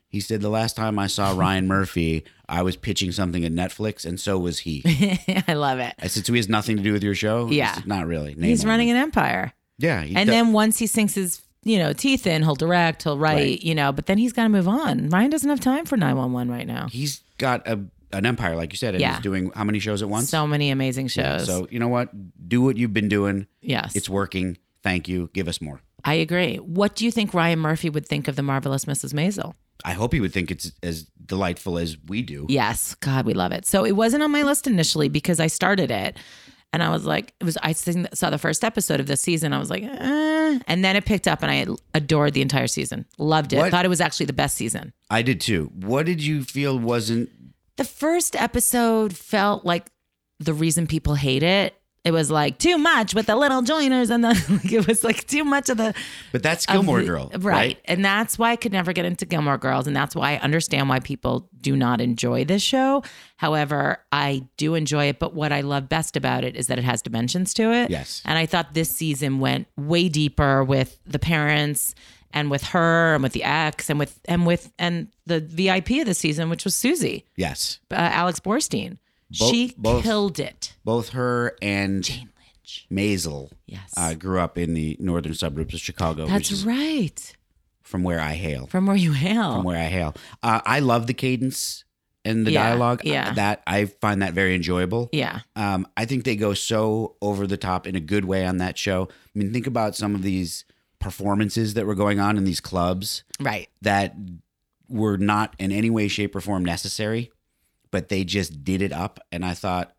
Speaker 2: He said, "The last time
Speaker 1: <laughs>
Speaker 2: I saw Ryan Murphy, I was pitching something at Netflix, and so was he."
Speaker 1: <laughs> I love it.
Speaker 2: I said, "So he has nothing to do with your show?" He
Speaker 1: Yeah.
Speaker 2: said, Not really. Name
Speaker 1: He's
Speaker 2: only."
Speaker 1: running an empire,
Speaker 2: Yeah. he
Speaker 1: and
Speaker 2: does-
Speaker 1: then once he sinks his you know teeth in, he'll direct, he'll write,
Speaker 2: Right.
Speaker 1: you know. But then he's got to move on. Ryan doesn't have time for 911 right now.
Speaker 2: he's got a an empire, like you said, and
Speaker 1: Yeah.
Speaker 2: he's doing how many shows at once?
Speaker 1: So many amazing shows.
Speaker 2: So you know what? Do what you've been doing.
Speaker 1: yes,
Speaker 2: It's working. Thank you. Give us more.
Speaker 1: I agree. What do you think Ryan Murphy would think of the marvelous Mrs. Maisel?
Speaker 2: I hope he would think it's as delightful as we do.
Speaker 1: Yes, God, we love it. So it wasn't on my list initially because I started it, and I was like, it was. I seen- saw the first episode of this season. I was like, eh. and then it picked up, and I adored the entire season. Loved it.
Speaker 2: What-
Speaker 1: Thought it was actually the best season.
Speaker 2: I did too. What did you feel wasn't
Speaker 1: The first episode felt like the reason people hate it. It was like too much with the little joiners, and the <laughs> it was like too much of the
Speaker 2: but that's
Speaker 1: of
Speaker 2: Gilmore
Speaker 1: the-
Speaker 2: Girl. Right.
Speaker 1: And that's why I could never get into Gilmore Girls. And that's why I understand why people do not enjoy this show. However, I do enjoy it. But what I love best about it is that it has dimensions to it.
Speaker 2: Yes.
Speaker 1: And I thought this season went way deeper with the parents and with her and with the ex and with and with and the VIP of the season, which was Susie,
Speaker 2: Yes.
Speaker 1: uh, Alex Borstein.
Speaker 2: Bo-
Speaker 1: she
Speaker 2: both-
Speaker 1: killed it.
Speaker 2: Both her and
Speaker 1: Jane Lynch.
Speaker 2: Maisel
Speaker 1: Yes.
Speaker 2: uh, grew up in the northern suburbs of Chicago, which
Speaker 1: that's
Speaker 2: is
Speaker 1: right.
Speaker 2: from where I hail.
Speaker 1: From where you hail.
Speaker 2: From where I hail. Uh, I love the cadence and the
Speaker 1: Yeah,
Speaker 2: dialogue.
Speaker 1: yeah.
Speaker 2: That I find that very enjoyable.
Speaker 1: yeah.
Speaker 2: Um, I think they go so over the top in a good way on that show. I mean, think about some of these performances that were going on in these clubs
Speaker 1: Right.
Speaker 2: that were not in any way, shape, or form necessary, but they just did it up. And I thought,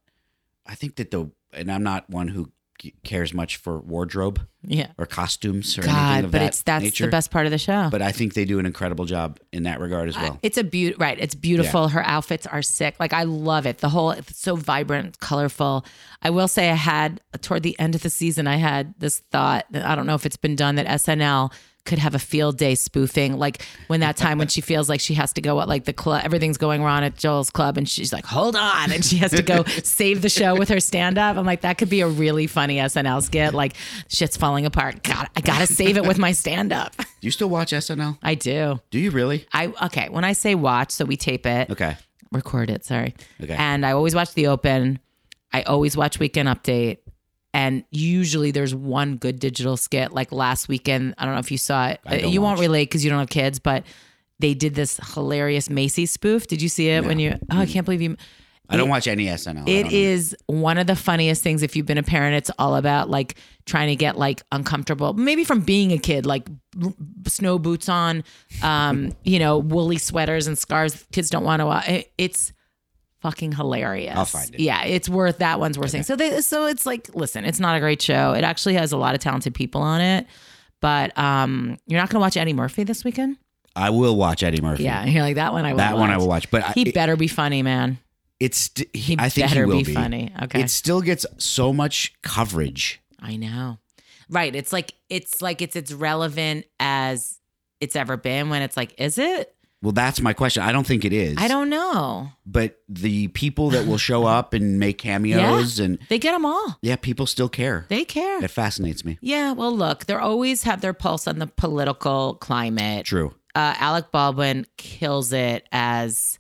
Speaker 2: I think that the, and I'm not one who c- cares much for wardrobe
Speaker 1: Yeah.
Speaker 2: or costumes or anything
Speaker 1: God,
Speaker 2: of
Speaker 1: but
Speaker 2: that
Speaker 1: it's that's
Speaker 2: nature.
Speaker 1: the best part of the show.
Speaker 2: But oh. I think they do an incredible job in that regard as well.
Speaker 1: it's a beaut right. It's beautiful. Her outfits are sick. Like I love it. The whole it's so vibrant, colorful. I will say I had toward the end of the season, I had this thought. that I don't know if it's been done that SNL could have a field day spoofing like when that time when
Speaker 2: <laughs>
Speaker 1: she feels like she has to go at like the club everything's going wrong at Joel's club and she's like hold on and she has to
Speaker 2: <laughs>
Speaker 1: go save the show with her stand up I'm like that could be a really funny SNL skit like shit's falling apart god I got to save it with my stand up
Speaker 2: Do you still watch SNL?
Speaker 1: I do
Speaker 2: Do you really?
Speaker 1: I okay when I say watch so we tape it
Speaker 2: Okay.
Speaker 1: record it. Sorry.
Speaker 2: Okay.
Speaker 1: And I always watch The Open. I always watch Weekend Update. And usually there's one good digital skit. Like last weekend, I don't know if you saw it.
Speaker 2: I
Speaker 1: Uh,
Speaker 2: don't
Speaker 1: You won't
Speaker 2: watch.
Speaker 1: relate because you don't have kids, but they did this hilarious Macy spoof. Did you see it when you? Oh, I can't believe you.
Speaker 2: I don't watch any SNL. I
Speaker 1: It
Speaker 2: don't-
Speaker 1: is one of the funniest things if you've been a parent. It's all about like trying to get like uncomfortable, maybe from being a kid, like r- snow boots on, um, <laughs> you know, woolly sweaters and scarves. Kids don't want to. wa- It's fucking hilarious.
Speaker 2: I'll find it.
Speaker 1: Yeah, it's worth that one's worth saying. So they, so it's like, listen, it's not a great show. It actually has a lot of talented people on it, but um, you're not gonna watch Eddie Murphy this
Speaker 2: <laughs>
Speaker 1: weekend.
Speaker 2: I will watch Eddie Murphy.
Speaker 1: Yeah, you're like that one. I will
Speaker 2: That one I
Speaker 1: watch."
Speaker 2: will watch, but I,
Speaker 1: He
Speaker 2: it-
Speaker 1: better be funny, man.
Speaker 2: it's st-
Speaker 1: He
Speaker 2: he, I think
Speaker 1: better
Speaker 2: he will be.
Speaker 1: funny. Okay.
Speaker 2: It still gets so much coverage.
Speaker 1: I know. Right. It's like it's like it's it's relevant as it's ever been when it's like, is it?
Speaker 2: Well, that's my question. I don't think it is.
Speaker 1: I don't know.
Speaker 2: But the people that will show up and make cameos and
Speaker 1: They get them all.
Speaker 2: yeah, people still care.
Speaker 1: They care.
Speaker 2: it fascinates me.
Speaker 1: Yeah, well, look, they are always have their pulse on the political climate.
Speaker 2: True.
Speaker 1: Uh, Alec Baldwin kills it as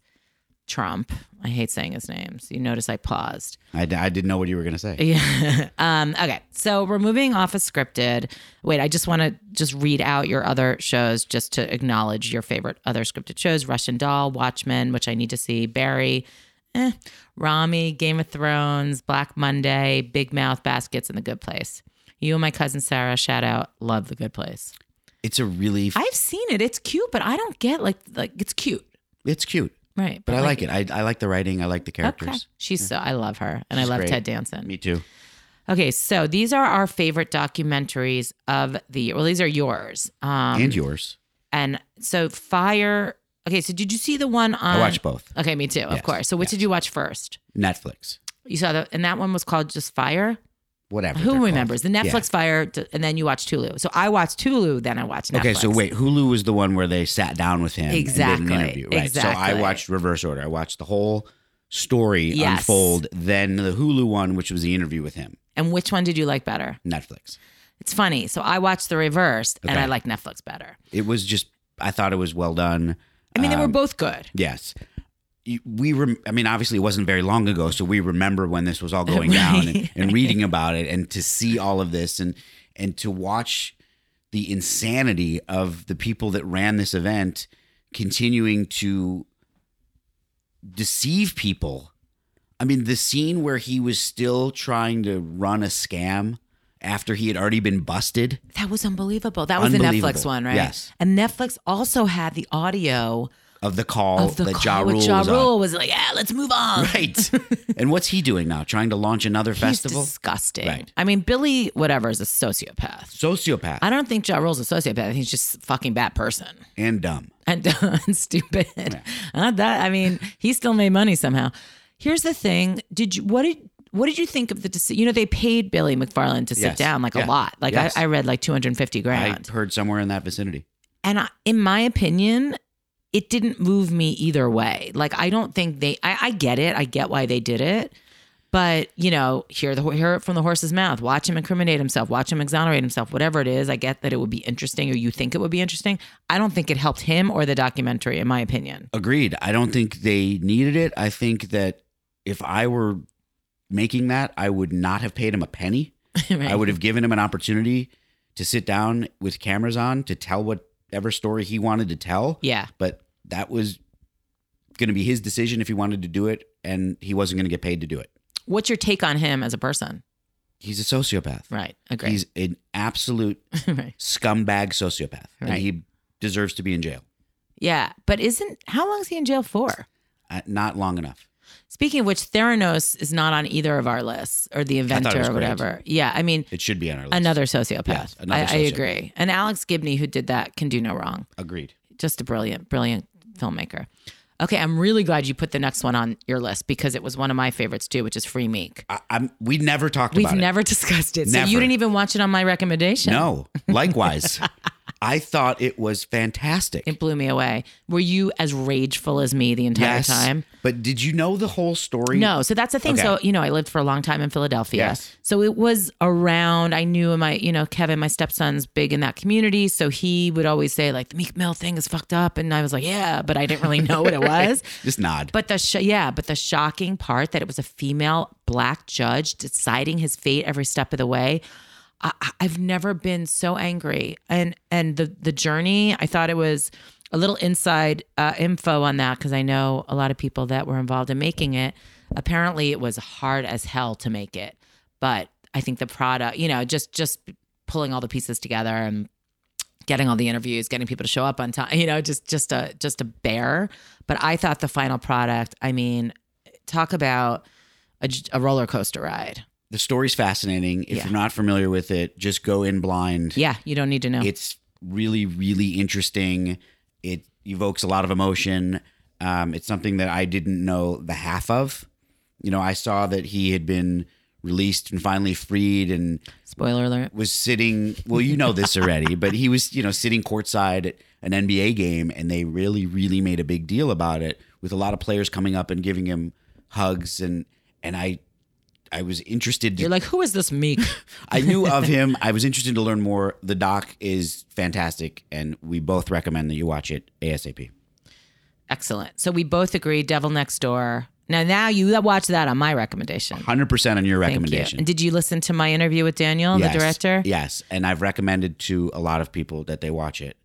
Speaker 1: Trump. I hate saying his name. So you notice I paused.
Speaker 2: I, d- I didn't know what you were gonna say.
Speaker 1: Yeah. <laughs> um, okay. So we're moving off of scripted. Wait, I just want to just read out your other shows just to acknowledge your favorite other scripted shows Russian Doll, Watchmen, which I need to see, Barry, eh, Rami, Game of Thrones, Black Monday, Big Mouth, Baskets, and The Good Place. You and my cousin Sarah, shout out, love The Good Place.
Speaker 2: It's a really. f-
Speaker 1: I've seen it. It's cute, but I don't get like, like it's cute.
Speaker 2: it's cute,
Speaker 1: Right.
Speaker 2: but I like it. I, I like the writing. I like the characters.
Speaker 1: Okay. She's so, I love her. And
Speaker 2: She's
Speaker 1: I love
Speaker 2: great.
Speaker 1: Ted Danson.
Speaker 2: Me too.
Speaker 1: Okay, so these are our favorite documentaries of the year. Well, these are yours. Um,
Speaker 2: and yours.
Speaker 1: and so Fire. Okay, so did you see the one on?
Speaker 2: I watch both.
Speaker 1: Okay, me too, of
Speaker 2: Yes,
Speaker 1: course. So which did you watch first?
Speaker 2: Netflix.
Speaker 1: You saw the, and that one was called just Fire.
Speaker 2: Whatever. they're
Speaker 1: Who
Speaker 2: called.
Speaker 1: remembers the Netflix Fire? d- And then you watched Hulu. So I watched Hulu, then I watched Netflix.
Speaker 2: Okay, so wait, Hulu was the one where they sat down with him and did an
Speaker 1: Exactly,
Speaker 2: interview, right? So I
Speaker 1: exactly.
Speaker 2: watched reverse order. I watched the whole story
Speaker 1: Yes.
Speaker 2: unfold, then the Hulu one, which was the interview with him,
Speaker 1: And which one did you like better?
Speaker 2: Netflix.
Speaker 1: It's funny. So I watched the reversed, and
Speaker 2: Okay.
Speaker 1: I like Netflix better.
Speaker 2: It was just, I thought it was well done.
Speaker 1: I mean, they were
Speaker 2: Um,
Speaker 1: both good.
Speaker 2: Yes. You- We, rem- I mean, obviously it wasn't very long ago, so we remember when this
Speaker 1: <laughs>
Speaker 2: was all going down and,
Speaker 1: Right.
Speaker 2: and reading about it and to see all of this and, and to watch the insanity of the people that ran this event continuing to deceive people. I mean, the scene where he was still trying to run a scam after he had already been busted.
Speaker 1: That was unbelievable. That was the
Speaker 2: Unbelievable.
Speaker 1: Netflix one, right?
Speaker 2: Yes.
Speaker 1: And Netflix also had the audio
Speaker 2: Of the call
Speaker 1: of the
Speaker 2: that
Speaker 1: call
Speaker 2: Ja
Speaker 1: with
Speaker 2: Rule
Speaker 1: Ja
Speaker 2: was on.
Speaker 1: Rule was like, yeah, let's move on.
Speaker 2: Right. and what's he doing now? Trying to launch another
Speaker 1: <laughs> He's
Speaker 2: festival?
Speaker 1: disgusting.
Speaker 2: Right.
Speaker 1: I mean, Billy, whatever, is a sociopath.
Speaker 2: Sociopath
Speaker 1: I don't think Ja Rule's a sociopath. I think he's just a fucking bad person <laughs>
Speaker 2: and dumb.
Speaker 1: and, uh, and stupid. Not that. I mean, he still made money somehow. Here's the thing. Did you, what did, what did you think of the deci- You know, they paid Billy McFarland to sit
Speaker 2: Yes.
Speaker 1: down like a
Speaker 2: Yeah.
Speaker 1: lot. Like
Speaker 2: Yes.
Speaker 1: I, I read like 250 grand.
Speaker 2: I heard somewhere in that vicinity.
Speaker 1: and I, in my opinion it didn't move me either way like i don't think they I, I get it i get why they did it but you know hear the hear it from the horse's mouth watch him incriminate himself watch him exonerate himself whatever it is i get that it would be interesting or you think it would be interesting i don't think it helped him or the documentary in my opinion
Speaker 2: <laughs> Agreed. I don't think they needed it. I think that if I were making that, I would not have paid him a penny. I would have given him an opportunity to sit down with cameras on to tell whatever story he wanted to tell.
Speaker 1: yeah
Speaker 2: But that was going to be his decision if he wanted to do it, and he wasn't going to get paid to do it.
Speaker 1: what's your take on him as a person
Speaker 2: He's a sociopath.
Speaker 1: right agree
Speaker 2: He's an absolute
Speaker 1: <laughs> right.
Speaker 2: scumbag sociopath, and
Speaker 1: Right.
Speaker 2: he deserves to be in jail.
Speaker 1: yeah but isn't how long is he in jail for
Speaker 2: Uh, not long enough.
Speaker 1: Speaking of which, Theranos is not on either of our lists or the
Speaker 2: thought it
Speaker 1: inventor
Speaker 2: was
Speaker 1: or
Speaker 2: great.
Speaker 1: whatever. Yeah, I mean,
Speaker 2: It should be on our list.
Speaker 1: another sociopath.
Speaker 2: Yes, another
Speaker 1: I, I
Speaker 2: sociopath.
Speaker 1: agree. And Alex Gibney, who did that, can do no wrong.
Speaker 2: Agreed.
Speaker 1: Just a brilliant, brilliant filmmaker. Okay, I'm really glad you put the next one on your list because it was one of my favorites too, which is Free Meek.
Speaker 2: I, I'm. We never talked
Speaker 1: We've
Speaker 2: about
Speaker 1: never <laughs> discussed it, so
Speaker 2: Never.
Speaker 1: you didn't even watch it on my <laughs>
Speaker 2: it.
Speaker 1: recommendation.
Speaker 2: No. Likewise, I thought it was fantastic.
Speaker 1: It blew me away. Were you as rageful as me the entire
Speaker 2: Yes.
Speaker 1: time?
Speaker 2: But did you know the whole story?
Speaker 1: No, so that's the thing.
Speaker 2: Okay.
Speaker 1: So you know, I lived for a long time in Philadelphia.
Speaker 2: Yes.
Speaker 1: So it was around. I knew my, you know, Kevin, my stepson's big in that community, so he would always say like the Meek Mill thing is fucked up, and I was like, yeah, but I didn't really know
Speaker 2: <laughs>
Speaker 1: what it was.
Speaker 2: Just nod.
Speaker 1: But the sh- yeah, but the shocking part that it was a female black judge deciding his fate every step of the way. I- I- I've never been so angry, and and the the journey. I thought it was a little inside uh, info on that because I know a lot of people that were involved in making it. Apparently, it was hard as hell to make it, but I think the product, you know, just just pulling all the pieces together and getting all the interviews, getting people to show up on time, you know, just just a just a bear. But I thought the final product, I mean, talk about a, j- a roller coaster ride.
Speaker 2: the story's fascinating. If
Speaker 1: Yeah.
Speaker 2: you're not familiar with it, just go in blind.
Speaker 1: Yeah, you don't need to know.
Speaker 2: It's really, really interesting. It evokes a lot of emotion. Um, it's something that I didn't know the half of. You know, I saw that he had been released and finally freed and
Speaker 1: Spoiler alert.
Speaker 2: was sitting, well, you know this
Speaker 1: <laughs>
Speaker 2: already, but he was, you know, sitting courtside at an NBA game and they really, really made a big deal about it with a lot of players coming up and giving him hugs and, and I, I was interested to
Speaker 1: You're like, who is this
Speaker 2: <laughs>
Speaker 1: meek?
Speaker 2: I
Speaker 1: <laughs>
Speaker 2: knew of him. I was interested to learn more. The doc is fantastic, and we both recommend that you watch it ASAP.
Speaker 1: Excellent. So we both agree. Devil Next Door. Now, now you watch that on my recommendation.
Speaker 2: 100% on your
Speaker 1: Thank you.
Speaker 2: recommendation.
Speaker 1: And did you listen to my interview with Daniel, the
Speaker 2: Yes.
Speaker 1: director?
Speaker 2: Yes. And I've recommended to a lot of people that they watch it.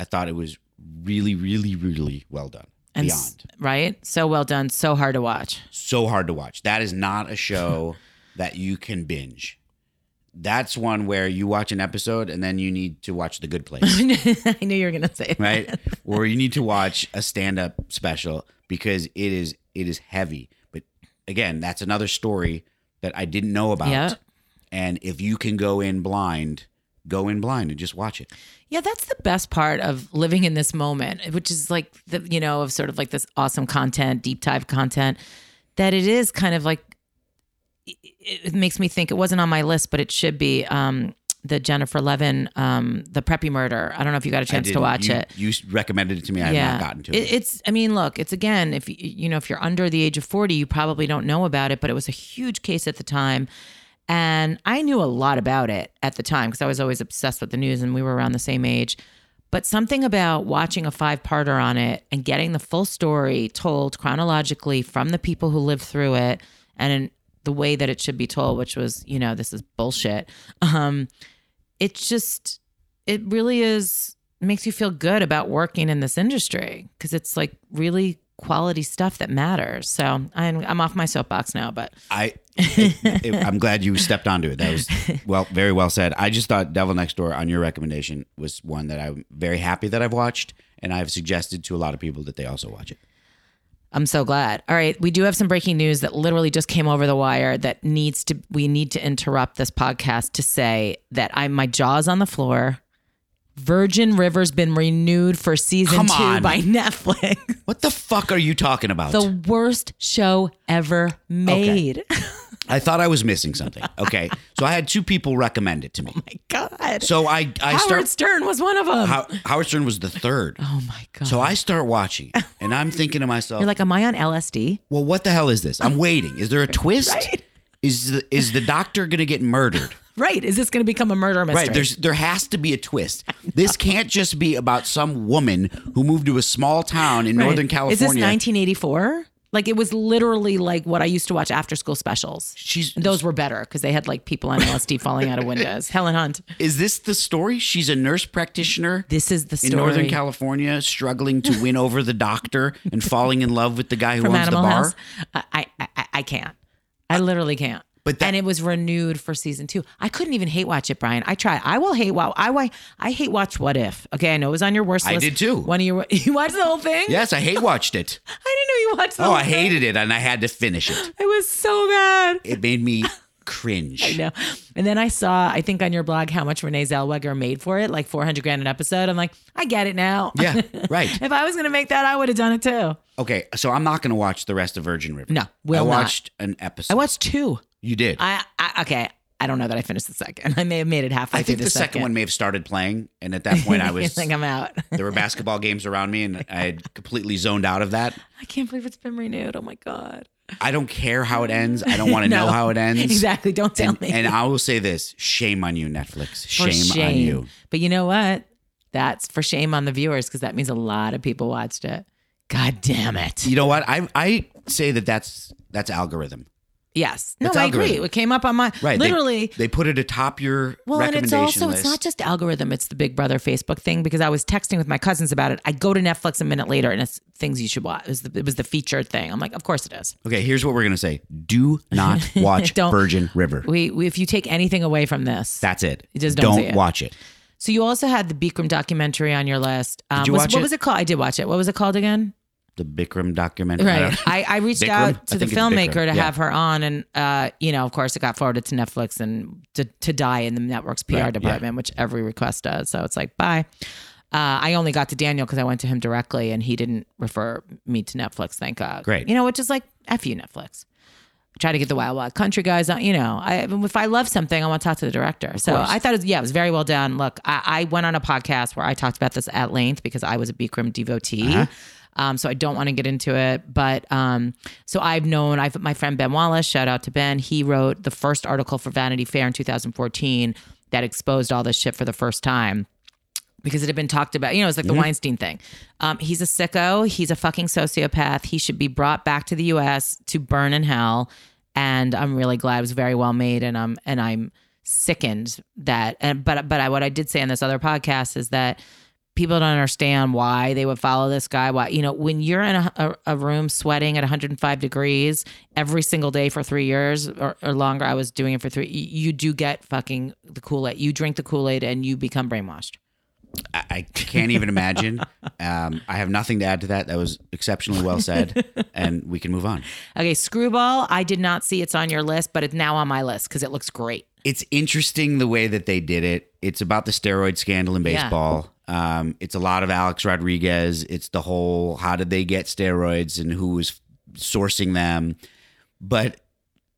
Speaker 2: I thought it was really, really, really well done.
Speaker 1: And s-
Speaker 2: Beyond.
Speaker 1: right? So well done. So hard to watch. <laughs>
Speaker 2: So hard to watch. That is not a show that you can binge. That's one where you watch an episode and then you need to watch The Good Place.
Speaker 1: <laughs> I knew you were gonna say that.
Speaker 2: right? or you need to watch a stand-up special because it is it is heavy. But again, that's another story that I didn't know about.
Speaker 1: Yeah.
Speaker 2: And if you can go in blind, go in blind and just watch it.
Speaker 1: Yeah, that's the best part of living in this moment, which is like the you know of sort of like this awesome content, deep dive content. That it is kind of like it, it makes me think it wasn't on my list, but it should be. Um, the Jennifer Levin, um, the Preppy murder. I don't know if you got a
Speaker 2: I
Speaker 1: chance to
Speaker 2: didn't-
Speaker 1: watch
Speaker 2: you-
Speaker 1: it.
Speaker 2: You recommended it to me. I have not gotten to it.
Speaker 1: It's. I mean, look. It's again. If you you know, if you're under the age of forty, you probably don't know about it. But it was a huge case at the time, and I knew a lot about it at the time because I was always obsessed with the news, and we were around the same age. But something about watching a five parter on it and getting the full story told chronologically from the people who lived through it, and in the way that it should be told, which was, you know, this is bullshit. Um, it's just it really is makes you feel good about working in this industry because it's like really quality stuff that matters. So I'm I'm off my soapbox now, but
Speaker 2: I, it- it- I'm glad you stepped onto it. That was well, very well said. I just thought Devil Next Door on your recommendation was one that I'm very happy that I've watched, and I've suggested to a lot of people that they also watch it.
Speaker 1: I'm so glad. All right, we do have some breaking news that literally just came over the wire that needs to we need to interrupt this podcast to say that I my jaws on the floor. Virgin River's been renewed for season
Speaker 2: Come
Speaker 1: 2
Speaker 2: on.
Speaker 1: by <laughs> Netflix.
Speaker 2: What the fuck are you talking about?
Speaker 1: the worst show ever made. <laughs> Oh
Speaker 2: I thought I was missing something. Okay, so I had two people recommend it to me.
Speaker 1: my god.
Speaker 2: So I I
Speaker 1: Howard
Speaker 2: start
Speaker 1: Stern was one of them.
Speaker 2: How, Howard Stern was the third.
Speaker 1: oh my god.
Speaker 2: So I start watching, it, and I'm thinking to myself,
Speaker 1: You're like, am I on LSD?
Speaker 2: "Well, what the hell is this? I'm waiting.
Speaker 1: <laughs>
Speaker 2: Is there a twist? Is the, is the doctor gonna get murdered?
Speaker 1: Right. Is this going to become a murder mystery?
Speaker 2: Right? There's there has to be a twist. This
Speaker 1: <laughs>
Speaker 2: can't just be about some woman who moved to a small town in
Speaker 1: Right.
Speaker 2: Northern
Speaker 1: Is this
Speaker 2: California.
Speaker 1: 1984? Like it was literally like what I used to watch after school specials.
Speaker 2: She's
Speaker 1: Those were better because they had like people on
Speaker 2: <laughs>
Speaker 1: LSD falling out of windows. Helen Hunt.
Speaker 2: is this the story? She's a nurse practitioner.
Speaker 1: This is the story.
Speaker 2: in Northern California, struggling to win over the doctor and falling in love with the guy who
Speaker 1: from
Speaker 2: owns
Speaker 1: Animal
Speaker 2: the bar. Uh,
Speaker 1: House. I, I I I can't. I literally can't.
Speaker 2: But that-
Speaker 1: and it was renewed for season two. I couldn't even hate watch it, Brian. I tried. I will hate watch. I why I hate watch. What if? Okay, I know it was on your worst
Speaker 2: I
Speaker 1: list.
Speaker 2: did too.
Speaker 1: One of your <laughs> you watched the whole thing.
Speaker 2: Yes, I hate
Speaker 1: <laughs>
Speaker 2: watched it.
Speaker 1: I didn't know you watched. The
Speaker 2: Oh,
Speaker 1: whole
Speaker 2: I
Speaker 1: thing.
Speaker 2: hated it, and I had to finish it.
Speaker 1: It was so bad.
Speaker 2: It made
Speaker 1: <laughs>
Speaker 2: me cringe.
Speaker 1: I know. And then I saw, I think on your blog, how much Renee Zellweger made for it, like 400 grand an episode. I'm like, I get it now. <laughs>
Speaker 2: Yeah, right.
Speaker 1: if I was going to make that, I would have done it too.
Speaker 2: Okay, so I'm not going to watch the rest of Virgin River.
Speaker 1: No, will
Speaker 2: I
Speaker 1: not.
Speaker 2: watched an episode.
Speaker 1: I watched two.
Speaker 2: you did.
Speaker 1: I, I okay. I don't know that I finished the second. I may have made it halfway
Speaker 2: I
Speaker 1: through
Speaker 2: think the, second. one may have started playing, and at that
Speaker 1: <laughs>
Speaker 2: point, I
Speaker 1: I
Speaker 2: was
Speaker 1: think I'm out.
Speaker 2: there were basketball games around me, and I had completely zoned out of that.
Speaker 1: <laughs> I can't believe it's been renewed. Oh my god.
Speaker 2: I don't care how it ends. I don't want to
Speaker 1: <laughs> No.
Speaker 2: know how it ends.
Speaker 1: Exactly. Don't tell
Speaker 2: And,
Speaker 1: me. <laughs>
Speaker 2: and I will say this: shame on you, Netflix.
Speaker 1: For
Speaker 2: Shame, on you.
Speaker 1: But you know what? That's for shame on the viewers because that means a lot of people watched it. God damn it.
Speaker 2: You know what? I I say that that's that's algorithm.
Speaker 1: Yes. No,
Speaker 2: It's
Speaker 1: I agree.
Speaker 2: algorithm.
Speaker 1: It came up on my
Speaker 2: Right, they-
Speaker 1: literally.
Speaker 2: They put it atop your
Speaker 1: well, and it's
Speaker 2: recommendation
Speaker 1: also
Speaker 2: list.
Speaker 1: it's not just algorithm. It's the Big Brother Facebook thing because I was texting with my cousins about it. I go to Netflix a minute later and it's things you should watch. It was the, it was the featured thing. I'm like, of course it is.
Speaker 2: okay, here's what we're gonna say: Do
Speaker 1: <laughs>
Speaker 2: not watch
Speaker 1: Don't-
Speaker 2: Virgin River.
Speaker 1: We, we if you take anything away from this,
Speaker 2: That's it.
Speaker 1: just don't see it.
Speaker 2: watch it.
Speaker 1: so you also had the Bikram documentary on your list. Um,
Speaker 2: you
Speaker 1: was-
Speaker 2: watch
Speaker 1: what
Speaker 2: it?
Speaker 1: was it called? I did watch it. What was it called again?
Speaker 2: The Bikram documentary. I don't-
Speaker 1: Right. I, I reached
Speaker 2: Bikram?
Speaker 1: out to
Speaker 2: I
Speaker 1: the
Speaker 2: think it's Bikram,
Speaker 1: filmmaker to
Speaker 2: yeah.
Speaker 1: have her on, and uh, you know, of course, it got forwarded to Netflix and to, to die in the network's PR
Speaker 2: Right, yeah.
Speaker 1: department, which every request does. So it's like bye. Uh, I only got to Daniel because I went to him directly, and he didn't refer me to Netflix. Thank God.
Speaker 2: Great.
Speaker 1: You know, which is like f you Netflix. Try to get the Wild Wild Country guys on. You know, I, if I love something, I want to talk to the director. So
Speaker 2: course.
Speaker 1: I thought, it was, yeah, it was very well done. Look, I, I went on a podcast where I talked about this at length because I was a Bikram devotee. Um, so I don't want to get into it, but um, so I've known I've my friend Ben Wallace. Shout out to Ben. He wrote the first article for Vanity Fair in 2014 that exposed all this shit for the first time because it had been talked about. You know, it's like the Weinstein thing. Um, he's a sicko. He's a fucking sociopath. He should be brought back to the U.S. to burn in hell. And I'm really glad it was very well made. And I'm and I'm sickened that. And but but I, what I did say on this other podcast is that people don't understand why they would follow this guy. Why you know when you're in a, a, a room sweating at 105 degrees every single day for three years or, or longer. I was doing it for three. y- You do get fucking the Kool Aid. You drink the Kool Aid and you become brainwashed.
Speaker 2: I, I can't
Speaker 1: <laughs>
Speaker 2: even imagine. Um, I have nothing to add to that. That was exceptionally
Speaker 1: <laughs>
Speaker 2: well said, and we can move on.
Speaker 1: Okay, Screwball. I did not see it's on your list, but it's now on my list because it looks great.
Speaker 2: It's interesting the way that they did it. It's about the steroid scandal in
Speaker 1: Yeah.
Speaker 2: baseball. Um, it's a lot of Alex Rodriguez. It's the whole how did they get steroids and who was sourcing them. But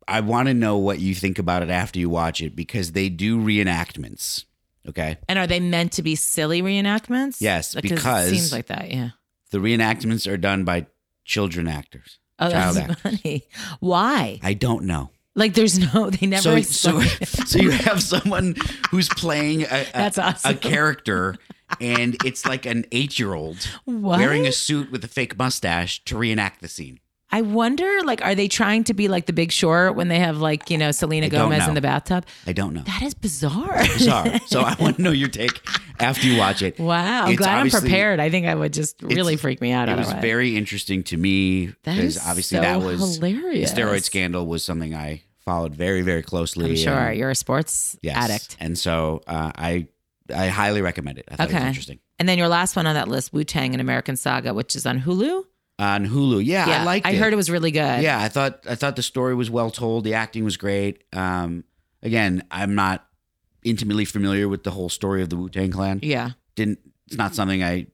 Speaker 2: I want to know what you think about it after you watch it because they do reenactments. Okay.
Speaker 1: And are they meant to be silly reenactments?
Speaker 2: Yes,
Speaker 1: it
Speaker 2: because-
Speaker 1: seems like that. Yeah.
Speaker 2: The reenactments are done by children actors.
Speaker 1: Oh,
Speaker 2: Child
Speaker 1: that's
Speaker 2: actors.
Speaker 1: <laughs> funny. Why?
Speaker 2: I don't know.
Speaker 1: Like, there's no. They never. <laughs>
Speaker 2: so,
Speaker 1: explain-
Speaker 2: so, so you have someone who's playing a, uh, a,
Speaker 1: That's awesome.
Speaker 2: <laughs> a character and it's like an eight-year-old
Speaker 1: what?
Speaker 2: wearing a suit with a fake mustache to reenact the scene
Speaker 1: I wonder. Like, are they trying to be like The Big Short when they have like you know Selena
Speaker 2: I don't
Speaker 1: Gomez in
Speaker 2: know.
Speaker 1: the bathtub?
Speaker 2: i
Speaker 1: <laughs>
Speaker 2: don't know
Speaker 1: That is bizarre.
Speaker 2: bizarre
Speaker 1: <laughs>
Speaker 2: so i want to know your take after you watch it
Speaker 1: wow. I'm
Speaker 2: It's
Speaker 1: glad I'm
Speaker 2: obviously-
Speaker 1: prepared. I think I would just really
Speaker 2: It's-
Speaker 1: freak me out.
Speaker 2: it was
Speaker 1: otherwise.
Speaker 2: very interesting to me
Speaker 1: That is
Speaker 2: because obviously
Speaker 1: so
Speaker 2: that was the
Speaker 1: hilarious.
Speaker 2: steroid scandal was something i followed very very closely
Speaker 1: I'm sure
Speaker 2: and-
Speaker 1: you're a sports
Speaker 2: um, yes.
Speaker 1: addict.
Speaker 2: and so uh, i i highly recommend it i thought it
Speaker 1: Okay.
Speaker 2: was interesting
Speaker 1: And then your last one on that list, Wu Tang and American Saga, which is on Hulu.
Speaker 2: on hulu yeah, i liked
Speaker 1: I
Speaker 2: it
Speaker 1: heard it was really good.
Speaker 2: yeah, I thought I thought the story was well told. The acting was great. Um, again, I'm not intimately familiar with the whole story of the Wu Tang Clan.
Speaker 1: Yeah.
Speaker 2: Didn't it's not something I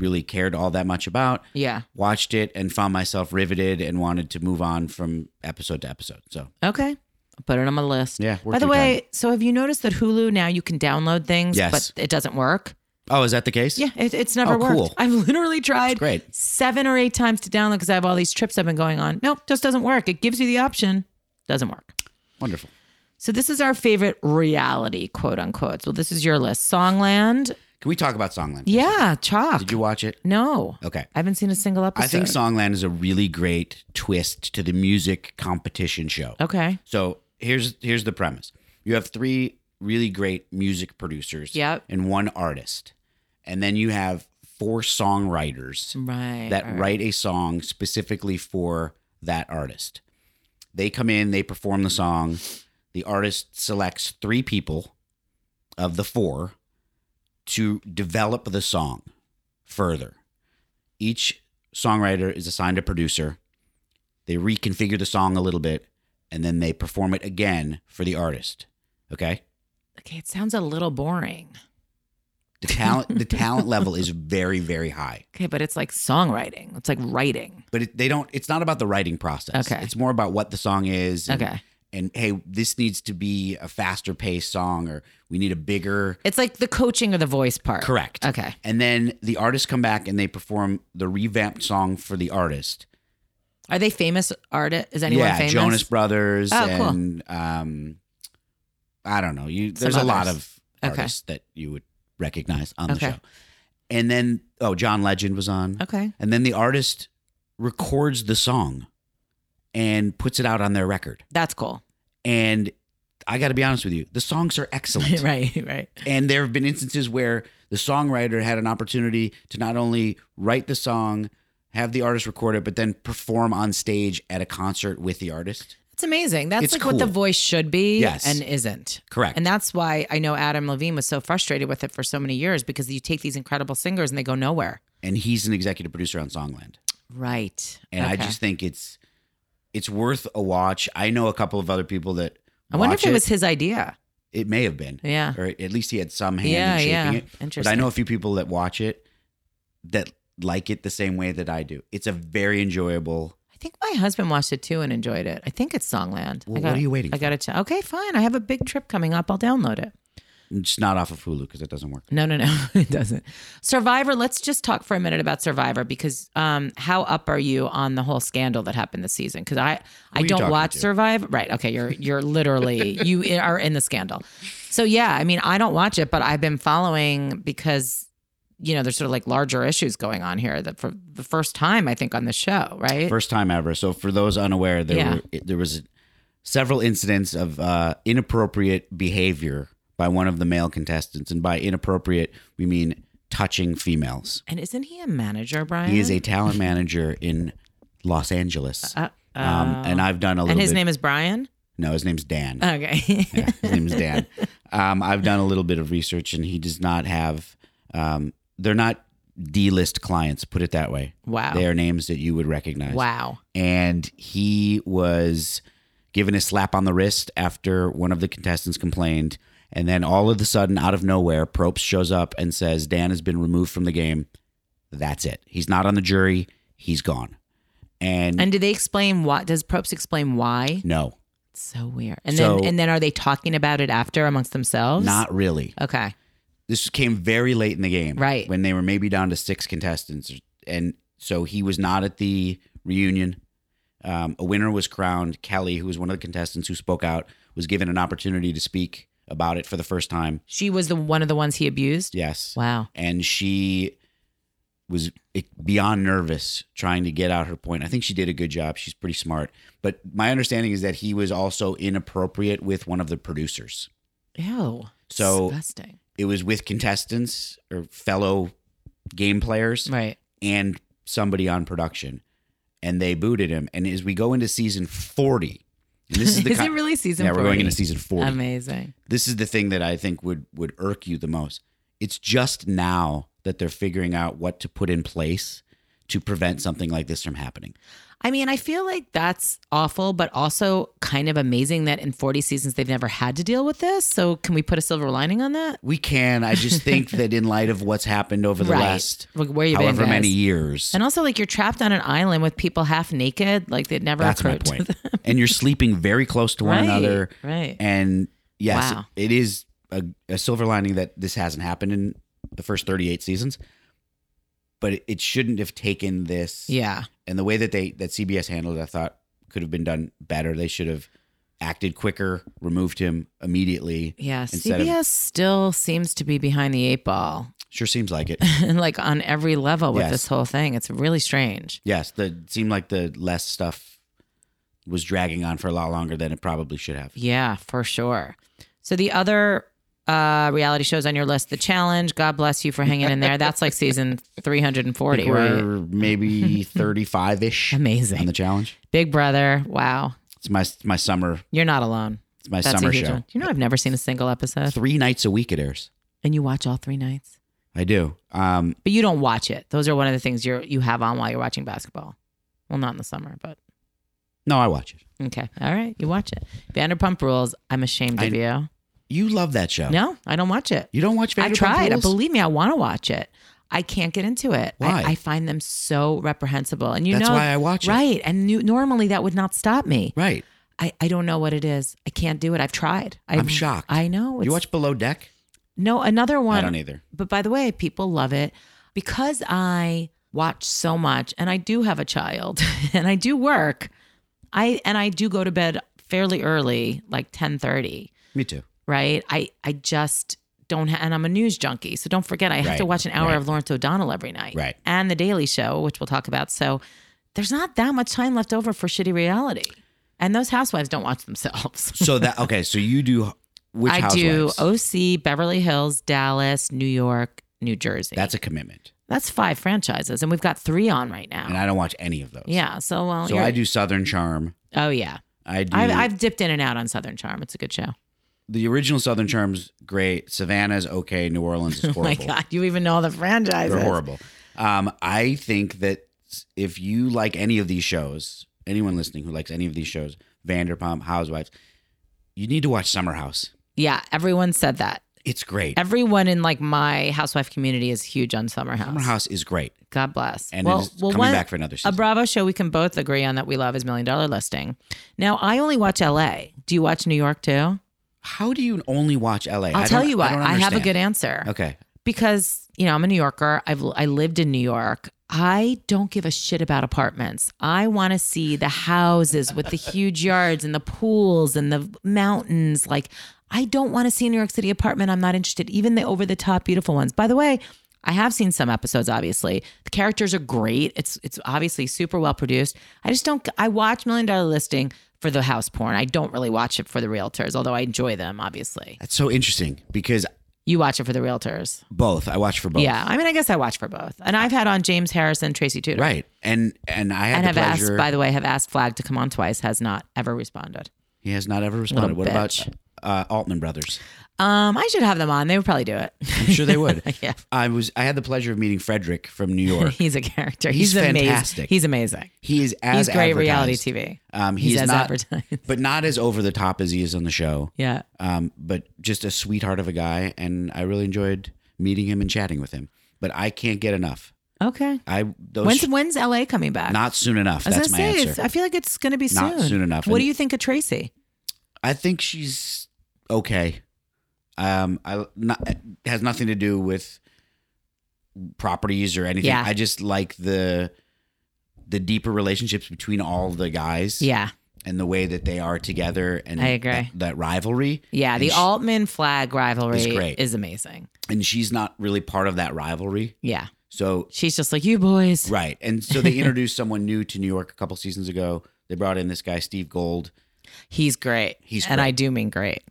Speaker 2: really cared all that much about.
Speaker 1: Yeah.
Speaker 2: Watched it and found myself riveted and wanted to move on from episode to episode. So
Speaker 1: Okay. I'll put it on my list.
Speaker 2: yeah.
Speaker 1: By
Speaker 2: worth
Speaker 1: the
Speaker 2: your
Speaker 1: way,
Speaker 2: time.
Speaker 1: so have you noticed that Hulu now you can download things,
Speaker 2: Yes.
Speaker 1: but it doesn't work?
Speaker 2: oh, is that the case?
Speaker 1: Yeah, it, it's never
Speaker 2: Oh,
Speaker 1: worked.
Speaker 2: cool.
Speaker 1: I've literally tried
Speaker 2: great.
Speaker 1: seven or eight times to download because I have all these trips I've been going on. Nope, just doesn't work. It gives you the option, doesn't work.
Speaker 2: Wonderful.
Speaker 1: So this is our favorite reality, quote unquote. Well, this is your list. Songland.
Speaker 2: Can we talk about Songland?
Speaker 1: Yeah, chalk.
Speaker 2: Did you watch it?
Speaker 1: no,
Speaker 2: Okay.
Speaker 1: I haven't seen a single episode.
Speaker 2: I think Songland is a really great twist to the music competition show.
Speaker 1: Okay.
Speaker 2: So here's here's the premise. You have three really great music producers
Speaker 1: Yep.
Speaker 2: and one artist. And then you have four songwriters
Speaker 1: Right.
Speaker 2: that
Speaker 1: right.
Speaker 2: write a song specifically for that artist. They come in, they perform the song. The artist selects three people of the four to develop the song further. Each songwriter is assigned a producer. They reconfigure the song a little bit and then they perform it again for the artist. Okay?
Speaker 1: Okay, it sounds a little boring.
Speaker 2: The talent the talent level is very very high.
Speaker 1: Okay, but it's like songwriting. It's like writing.
Speaker 2: But it, they don't it's not about the writing process.
Speaker 1: Okay.
Speaker 2: It's more about what the song is and
Speaker 1: Okay.
Speaker 2: and hey, this needs to be a faster paced song or we need a bigger
Speaker 1: It's like the coaching or the voice part.
Speaker 2: correct.
Speaker 1: Okay.
Speaker 2: And then the artists come back and they perform the revamped song for the artist.
Speaker 1: Are they famous artist? Is anyone
Speaker 2: yeah,
Speaker 1: famous?
Speaker 2: Jonas Brothers
Speaker 1: Oh, cool.
Speaker 2: and um I don't know. You
Speaker 1: Some
Speaker 2: there's a lot
Speaker 1: others. Okay.
Speaker 2: of artists that you would recognize on the
Speaker 1: Okay.
Speaker 2: show. And then oh, John Legend was on.
Speaker 1: Okay.
Speaker 2: And then the artist records the song and puts it out on their record.
Speaker 1: That's
Speaker 2: <laughs>
Speaker 1: cool.
Speaker 2: And I got to be honest with you, the songs are excellent.
Speaker 1: right, right.
Speaker 2: And there have been instances where the songwriter had an opportunity to not only write the song, have the artist record it, but then perform on stage at a concert with the artist.
Speaker 1: It's amazing. That's
Speaker 2: It's
Speaker 1: like what the
Speaker 2: cool.
Speaker 1: voice should be
Speaker 2: Yes.
Speaker 1: and isn't.
Speaker 2: Correct.
Speaker 1: And that's why I know Adam Levine was so frustrated with it for so many years because you take these incredible singers and they go nowhere.
Speaker 2: and he's an executive producer on Songland.
Speaker 1: Right.
Speaker 2: And I just think it's it's worth a watch. I know a couple of other people that
Speaker 1: I wonder
Speaker 2: watch
Speaker 1: if it, was his idea.
Speaker 2: it may have been.
Speaker 1: Yeah.
Speaker 2: Or at least he had some hand
Speaker 1: yeah,
Speaker 2: in shaping
Speaker 1: yeah.
Speaker 2: it.
Speaker 1: Interesting.
Speaker 2: But I know a few people that watch it that like it the same way that I do. It's a very enjoyable.
Speaker 1: I think my husband watched it too and enjoyed it. I think it's Songland.
Speaker 2: Well,
Speaker 1: I got,
Speaker 2: what are you waiting
Speaker 1: I got to. Okay, fine. I have a big trip coming up. I'll download it.
Speaker 2: It's not off of Hulu because it doesn't work.
Speaker 1: No, no, no, <laughs> it doesn't. Survivor. Let's just talk for a minute about Survivor because um, how up are you on the whole scandal that happened this season? Because I I
Speaker 2: you
Speaker 1: don't
Speaker 2: talking
Speaker 1: watch
Speaker 2: to?
Speaker 1: Survivor. Right? Okay, you're you're
Speaker 2: <laughs>
Speaker 1: literally you i- are in the scandal. So yeah, I mean I don't watch it, but I've been following because you know there's sort of like larger issues going on here that for the first time I think on the show, right?
Speaker 2: First time ever. So for those unaware, there
Speaker 1: Yeah.
Speaker 2: were it- there was several incidents of uh, inappropriate behavior by one of the male contestants, and by inappropriate we mean touching females.
Speaker 1: and isn't he a manager, Brian?
Speaker 2: He is a talent manager in Los Angeles,
Speaker 1: Uh,
Speaker 2: um,
Speaker 1: oh.
Speaker 2: and I've done a little.
Speaker 1: and his
Speaker 2: bit,
Speaker 1: name Oh. is Brian.
Speaker 2: No, his name's Dan.
Speaker 1: Okay.
Speaker 2: Yeah, his name's Dan. Um, I've done a little bit of research, and he does not have. Um, they're not D-list clients. Put it that way.
Speaker 1: <laughs> wow.
Speaker 2: They are names that you would recognize.
Speaker 1: Wow.
Speaker 2: And he was given a slap on the wrist after one of the contestants complained. And then all of a sudden, out of nowhere, Probst shows up and says, Dan has been removed from the game. That's it. He's not on the jury. He's gone. And,
Speaker 1: And do they explain what? Does Probst explain why?
Speaker 2: no,
Speaker 1: So weird. And
Speaker 2: So-
Speaker 1: then and then are they talking about it after amongst themselves?
Speaker 2: not really.
Speaker 1: okay.
Speaker 2: this came very late in the game,
Speaker 1: Right.
Speaker 2: When they were maybe down to six contestants, and so he was not at the reunion. Um, a winner was crowned. Kelly, who was one of the contestants who spoke out, was given an opportunity to speak about it for the first time.
Speaker 1: She was the one of the ones he abused.
Speaker 2: Yes,
Speaker 1: Wow.
Speaker 2: and she was beyond nervous trying to get out her point. I think she did a good job. She's pretty smart, but my understanding is that he was also inappropriate with one of the producers.
Speaker 1: Ew.
Speaker 2: So-
Speaker 1: disgusting.
Speaker 2: It was with contestants or fellow game players.
Speaker 1: Right.
Speaker 2: and somebody on production, and they booted him. And as we go into season forty, and this
Speaker 1: <laughs>
Speaker 2: is the
Speaker 1: is
Speaker 2: ki-
Speaker 1: it really season
Speaker 2: yeah,
Speaker 1: 40?
Speaker 2: we're going into season forty.
Speaker 1: Amazing.
Speaker 2: this is the thing that I think would would irk you the most. It's just now that they're figuring out what to put in place to prevent something like this from happening.
Speaker 1: I mean, I feel like that's awful, but also kind of amazing that in 40 seasons they've never had to deal with this. So can we put a silver lining on that?
Speaker 2: We can. I just
Speaker 1: <laughs>
Speaker 2: think that in light of what's happened over the
Speaker 1: Right.
Speaker 2: last
Speaker 1: Like, where you
Speaker 2: however
Speaker 1: been,
Speaker 2: many
Speaker 1: guys? <laughs>
Speaker 2: years,
Speaker 1: And also, like you're trapped on an island with people half naked. Like they'd never
Speaker 2: that's my
Speaker 1: occurred to
Speaker 2: point. <laughs>
Speaker 1: them.
Speaker 2: And you're sleeping very close to one
Speaker 1: Right,
Speaker 2: another.
Speaker 1: Right.
Speaker 2: And yes,
Speaker 1: Wow.
Speaker 2: it is a, a silver lining that this hasn't happened in the first 38 seasons, but it, it shouldn't have taken this.
Speaker 1: yeah.
Speaker 2: And the way that they that CBS handled it, I thought could have been done better. They should have acted quicker, removed him immediately.
Speaker 1: Yeah.
Speaker 2: Instead of-
Speaker 1: CBS still seems to be behind the eight ball. <laughs>
Speaker 2: Sure seems like it.
Speaker 1: like on every level with
Speaker 2: Yes.
Speaker 1: this whole thing. It's really strange.
Speaker 2: yes, the seemed like the less stuff was dragging on for a lot longer than it probably should have.
Speaker 1: Yeah, for sure. So the other uh reality shows on your list, The Challenge, God bless you for hanging in there. That's like
Speaker 2: <laughs>
Speaker 1: season 340, right?
Speaker 2: We're
Speaker 1: <laughs>
Speaker 2: maybe 35 ish on
Speaker 1: Amazing.
Speaker 2: the challenge.
Speaker 1: Big Brother. Wow.
Speaker 2: It's my my summer
Speaker 1: You're not alone.
Speaker 2: it's my
Speaker 1: That's
Speaker 2: summer
Speaker 1: a huge
Speaker 2: show.
Speaker 1: one. You know I've never seen a single episode.
Speaker 2: three nights a week it airs.
Speaker 1: And you watch all three nights.
Speaker 2: I do. Um,
Speaker 1: But you don't watch it. Those are one of the things you're you have on while you're watching basketball. Well, not in the summer, but
Speaker 2: no, I watch it.
Speaker 1: okay. All right. You watch it. Vanderpump rules. I'm ashamed of
Speaker 2: I-
Speaker 1: you.
Speaker 2: You love that show.
Speaker 1: No, I don't watch it.
Speaker 2: you don't watch. Vanderpump
Speaker 1: I tried.
Speaker 2: Rules?
Speaker 1: Believe me, I want to watch it. I can't get into it.
Speaker 2: Why?
Speaker 1: I, I find them so reprehensible, and you
Speaker 2: That's
Speaker 1: know,
Speaker 2: why I watch it.
Speaker 1: right? And you, normally that would not stop me.
Speaker 2: Right.
Speaker 1: I, I don't know what it is. I can't do it. I've tried. i
Speaker 2: I'm shocked.
Speaker 1: I know.
Speaker 2: you
Speaker 1: it's-
Speaker 2: watch Below Deck?
Speaker 1: No, another one.
Speaker 2: I don't either.
Speaker 1: But by the way, people love it because I watch so much and I do have a child <laughs> and I do work. I and I do go to bed fairly early, like 10:30,
Speaker 2: Me too.
Speaker 1: right? I I just don't ha- and I'm a news junkie. So don't forget I have to
Speaker 2: Right,
Speaker 1: watch an hour
Speaker 2: right.
Speaker 1: of Lawrence O'Donnell every night.
Speaker 2: Right.
Speaker 1: And the Daily Show, which we'll talk about. So there's not that much time left over for shitty reality. And those housewives don't watch themselves.
Speaker 2: So that okay. So you do which
Speaker 1: I do
Speaker 2: housewives?
Speaker 1: OC, Beverly Hills, Dallas, New York, New Jersey.
Speaker 2: That's a commitment,
Speaker 1: That's five franchises, and we've got three on right now.
Speaker 2: and I don't watch any of those.
Speaker 1: Oh. yeah, so well,
Speaker 2: So
Speaker 1: you're-
Speaker 2: I do Southern Charm.
Speaker 1: Oh yeah,
Speaker 2: I do.
Speaker 1: I've, I've dipped in and out on Southern Charm. It's a good show. <laughs>
Speaker 2: the original Southern Charm's great. Savannah's okay. New Orleans is
Speaker 1: <laughs> Oh my
Speaker 2: horrible.
Speaker 1: god, you even know all the franchises.
Speaker 2: They're horrible. Um, I think that if you like any of these shows, anyone listening who likes any of these shows, Vanderpump, Housewives, you need to watch Summer House.
Speaker 1: Yeah, everyone said that.
Speaker 2: It's great.
Speaker 1: Everyone in like my housewife community is huge on Summer House.
Speaker 2: Summer House is great,
Speaker 1: God bless.
Speaker 2: and
Speaker 1: well,
Speaker 2: it is
Speaker 1: well,
Speaker 2: coming
Speaker 1: one-
Speaker 2: back for another
Speaker 1: a
Speaker 2: season.
Speaker 1: Bravo show we can both agree on that we love is Million Dollar Listing. Now I only watch L.A. Do you watch New York too?
Speaker 2: How do you only watch LA?
Speaker 1: I'll
Speaker 2: I
Speaker 1: tell
Speaker 2: don't-
Speaker 1: you what.
Speaker 2: don't
Speaker 1: I, have a
Speaker 2: understand.
Speaker 1: good answer.
Speaker 2: Okay,
Speaker 1: because you know I'm a New Yorker. I've I lived in New York. I don't give a shit about apartments. I want to see the houses with the huge yards and the pools and the mountains. Like I don't want to see a New York City apartment. I'm not interested. Even the over the top beautiful ones. By the way, I have seen some episodes. Obviously, the characters are great. It's it's obviously super well produced. I just don't. I watch Million Dollar Listing for the house porn. I don't really watch it for the realtors, although I enjoy them. Obviously,
Speaker 2: that's so interesting because
Speaker 1: you watch it for the realtors.
Speaker 2: both I watch for both.
Speaker 1: Yeah, I mean, I guess I watch for both, and I've had on James Harris and Tracy Tudor,
Speaker 2: Right. And and I
Speaker 1: and
Speaker 2: had the
Speaker 1: have
Speaker 2: pleasure.
Speaker 1: asked. By the way, have asked Flag to come on twice, has not ever responded.
Speaker 2: he has not ever responded. What
Speaker 1: Little
Speaker 2: about
Speaker 1: bitch.
Speaker 2: uh, Altman Brothers?
Speaker 1: Um, I should have them on. They would probably do it. <laughs>
Speaker 2: I'm sure they would.
Speaker 1: yeah,
Speaker 2: I was I had the pleasure of meeting Frederick from
Speaker 1: <laughs>
Speaker 2: New York.
Speaker 1: he's a character.
Speaker 2: He's
Speaker 1: He's, amazing.
Speaker 2: fantastic.
Speaker 1: He's amazing.
Speaker 2: He is as
Speaker 1: he's great reality
Speaker 2: advertised.
Speaker 1: TV.
Speaker 2: Um,
Speaker 1: He's,
Speaker 2: he's
Speaker 1: as
Speaker 2: not,
Speaker 1: advertised. <laughs>
Speaker 2: but not as over the top as he is on the show.
Speaker 1: Yeah.
Speaker 2: Um, but just a sweetheart of a guy, and I really enjoyed meeting him and chatting with him. But I can't get enough.
Speaker 1: Okay.
Speaker 2: I those
Speaker 1: When's when's LA coming back?
Speaker 2: not soon enough.
Speaker 1: I was
Speaker 2: That's my
Speaker 1: gonna say.
Speaker 2: answer.
Speaker 1: it's- I feel like it's gonna be
Speaker 2: Not
Speaker 1: soon.
Speaker 2: soon enough.
Speaker 1: What
Speaker 2: And-
Speaker 1: do you think of Tracy?
Speaker 2: I think she's okay. Um, I not has nothing to do with properties or anything.
Speaker 1: Yeah.
Speaker 2: I just like the the deeper relationships between all the guys.
Speaker 1: Yeah.
Speaker 2: and the way that they are together and
Speaker 1: I agree.
Speaker 2: that, that rivalry
Speaker 1: Yeah.
Speaker 2: And
Speaker 1: The
Speaker 2: she-
Speaker 1: Altman Flag rivalry
Speaker 2: It's great.
Speaker 1: is amazing.
Speaker 2: and she's not really part of that rivalry
Speaker 1: Yeah.
Speaker 2: so
Speaker 1: She's just like you boys.
Speaker 2: right and so
Speaker 1: <laughs>
Speaker 2: they introduced someone new to new york a couple seasons ago they brought in this guy steve gold
Speaker 1: He's great.
Speaker 2: He's
Speaker 1: and
Speaker 2: great.
Speaker 1: I do mean
Speaker 2: <laughs>
Speaker 1: great.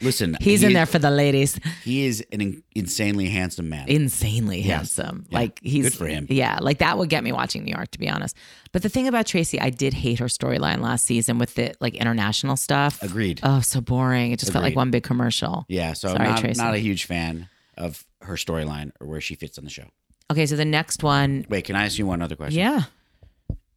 Speaker 2: listen
Speaker 1: He's
Speaker 2: he
Speaker 1: in
Speaker 2: is-
Speaker 1: there for the ladies.
Speaker 2: he is an in- insanely handsome man
Speaker 1: Insanely
Speaker 2: Yes.
Speaker 1: handsome.
Speaker 2: Yeah.
Speaker 1: Like he's
Speaker 2: Good for him.
Speaker 1: Yeah, like that would get me watching New York to be honest. But the thing about Tracy, I did hate her storyline last season with the like international stuff.
Speaker 2: agreed
Speaker 1: Oh, so boring. It just felt like
Speaker 2: Agreed.
Speaker 1: one big commercial.
Speaker 2: yeah so
Speaker 1: sorry,
Speaker 2: I'm not,
Speaker 1: Tracy.
Speaker 2: not a huge fan of her storyline or where she fits on the show
Speaker 1: Okay, so the next one.
Speaker 2: wait can i ask you one other question
Speaker 1: Yeah.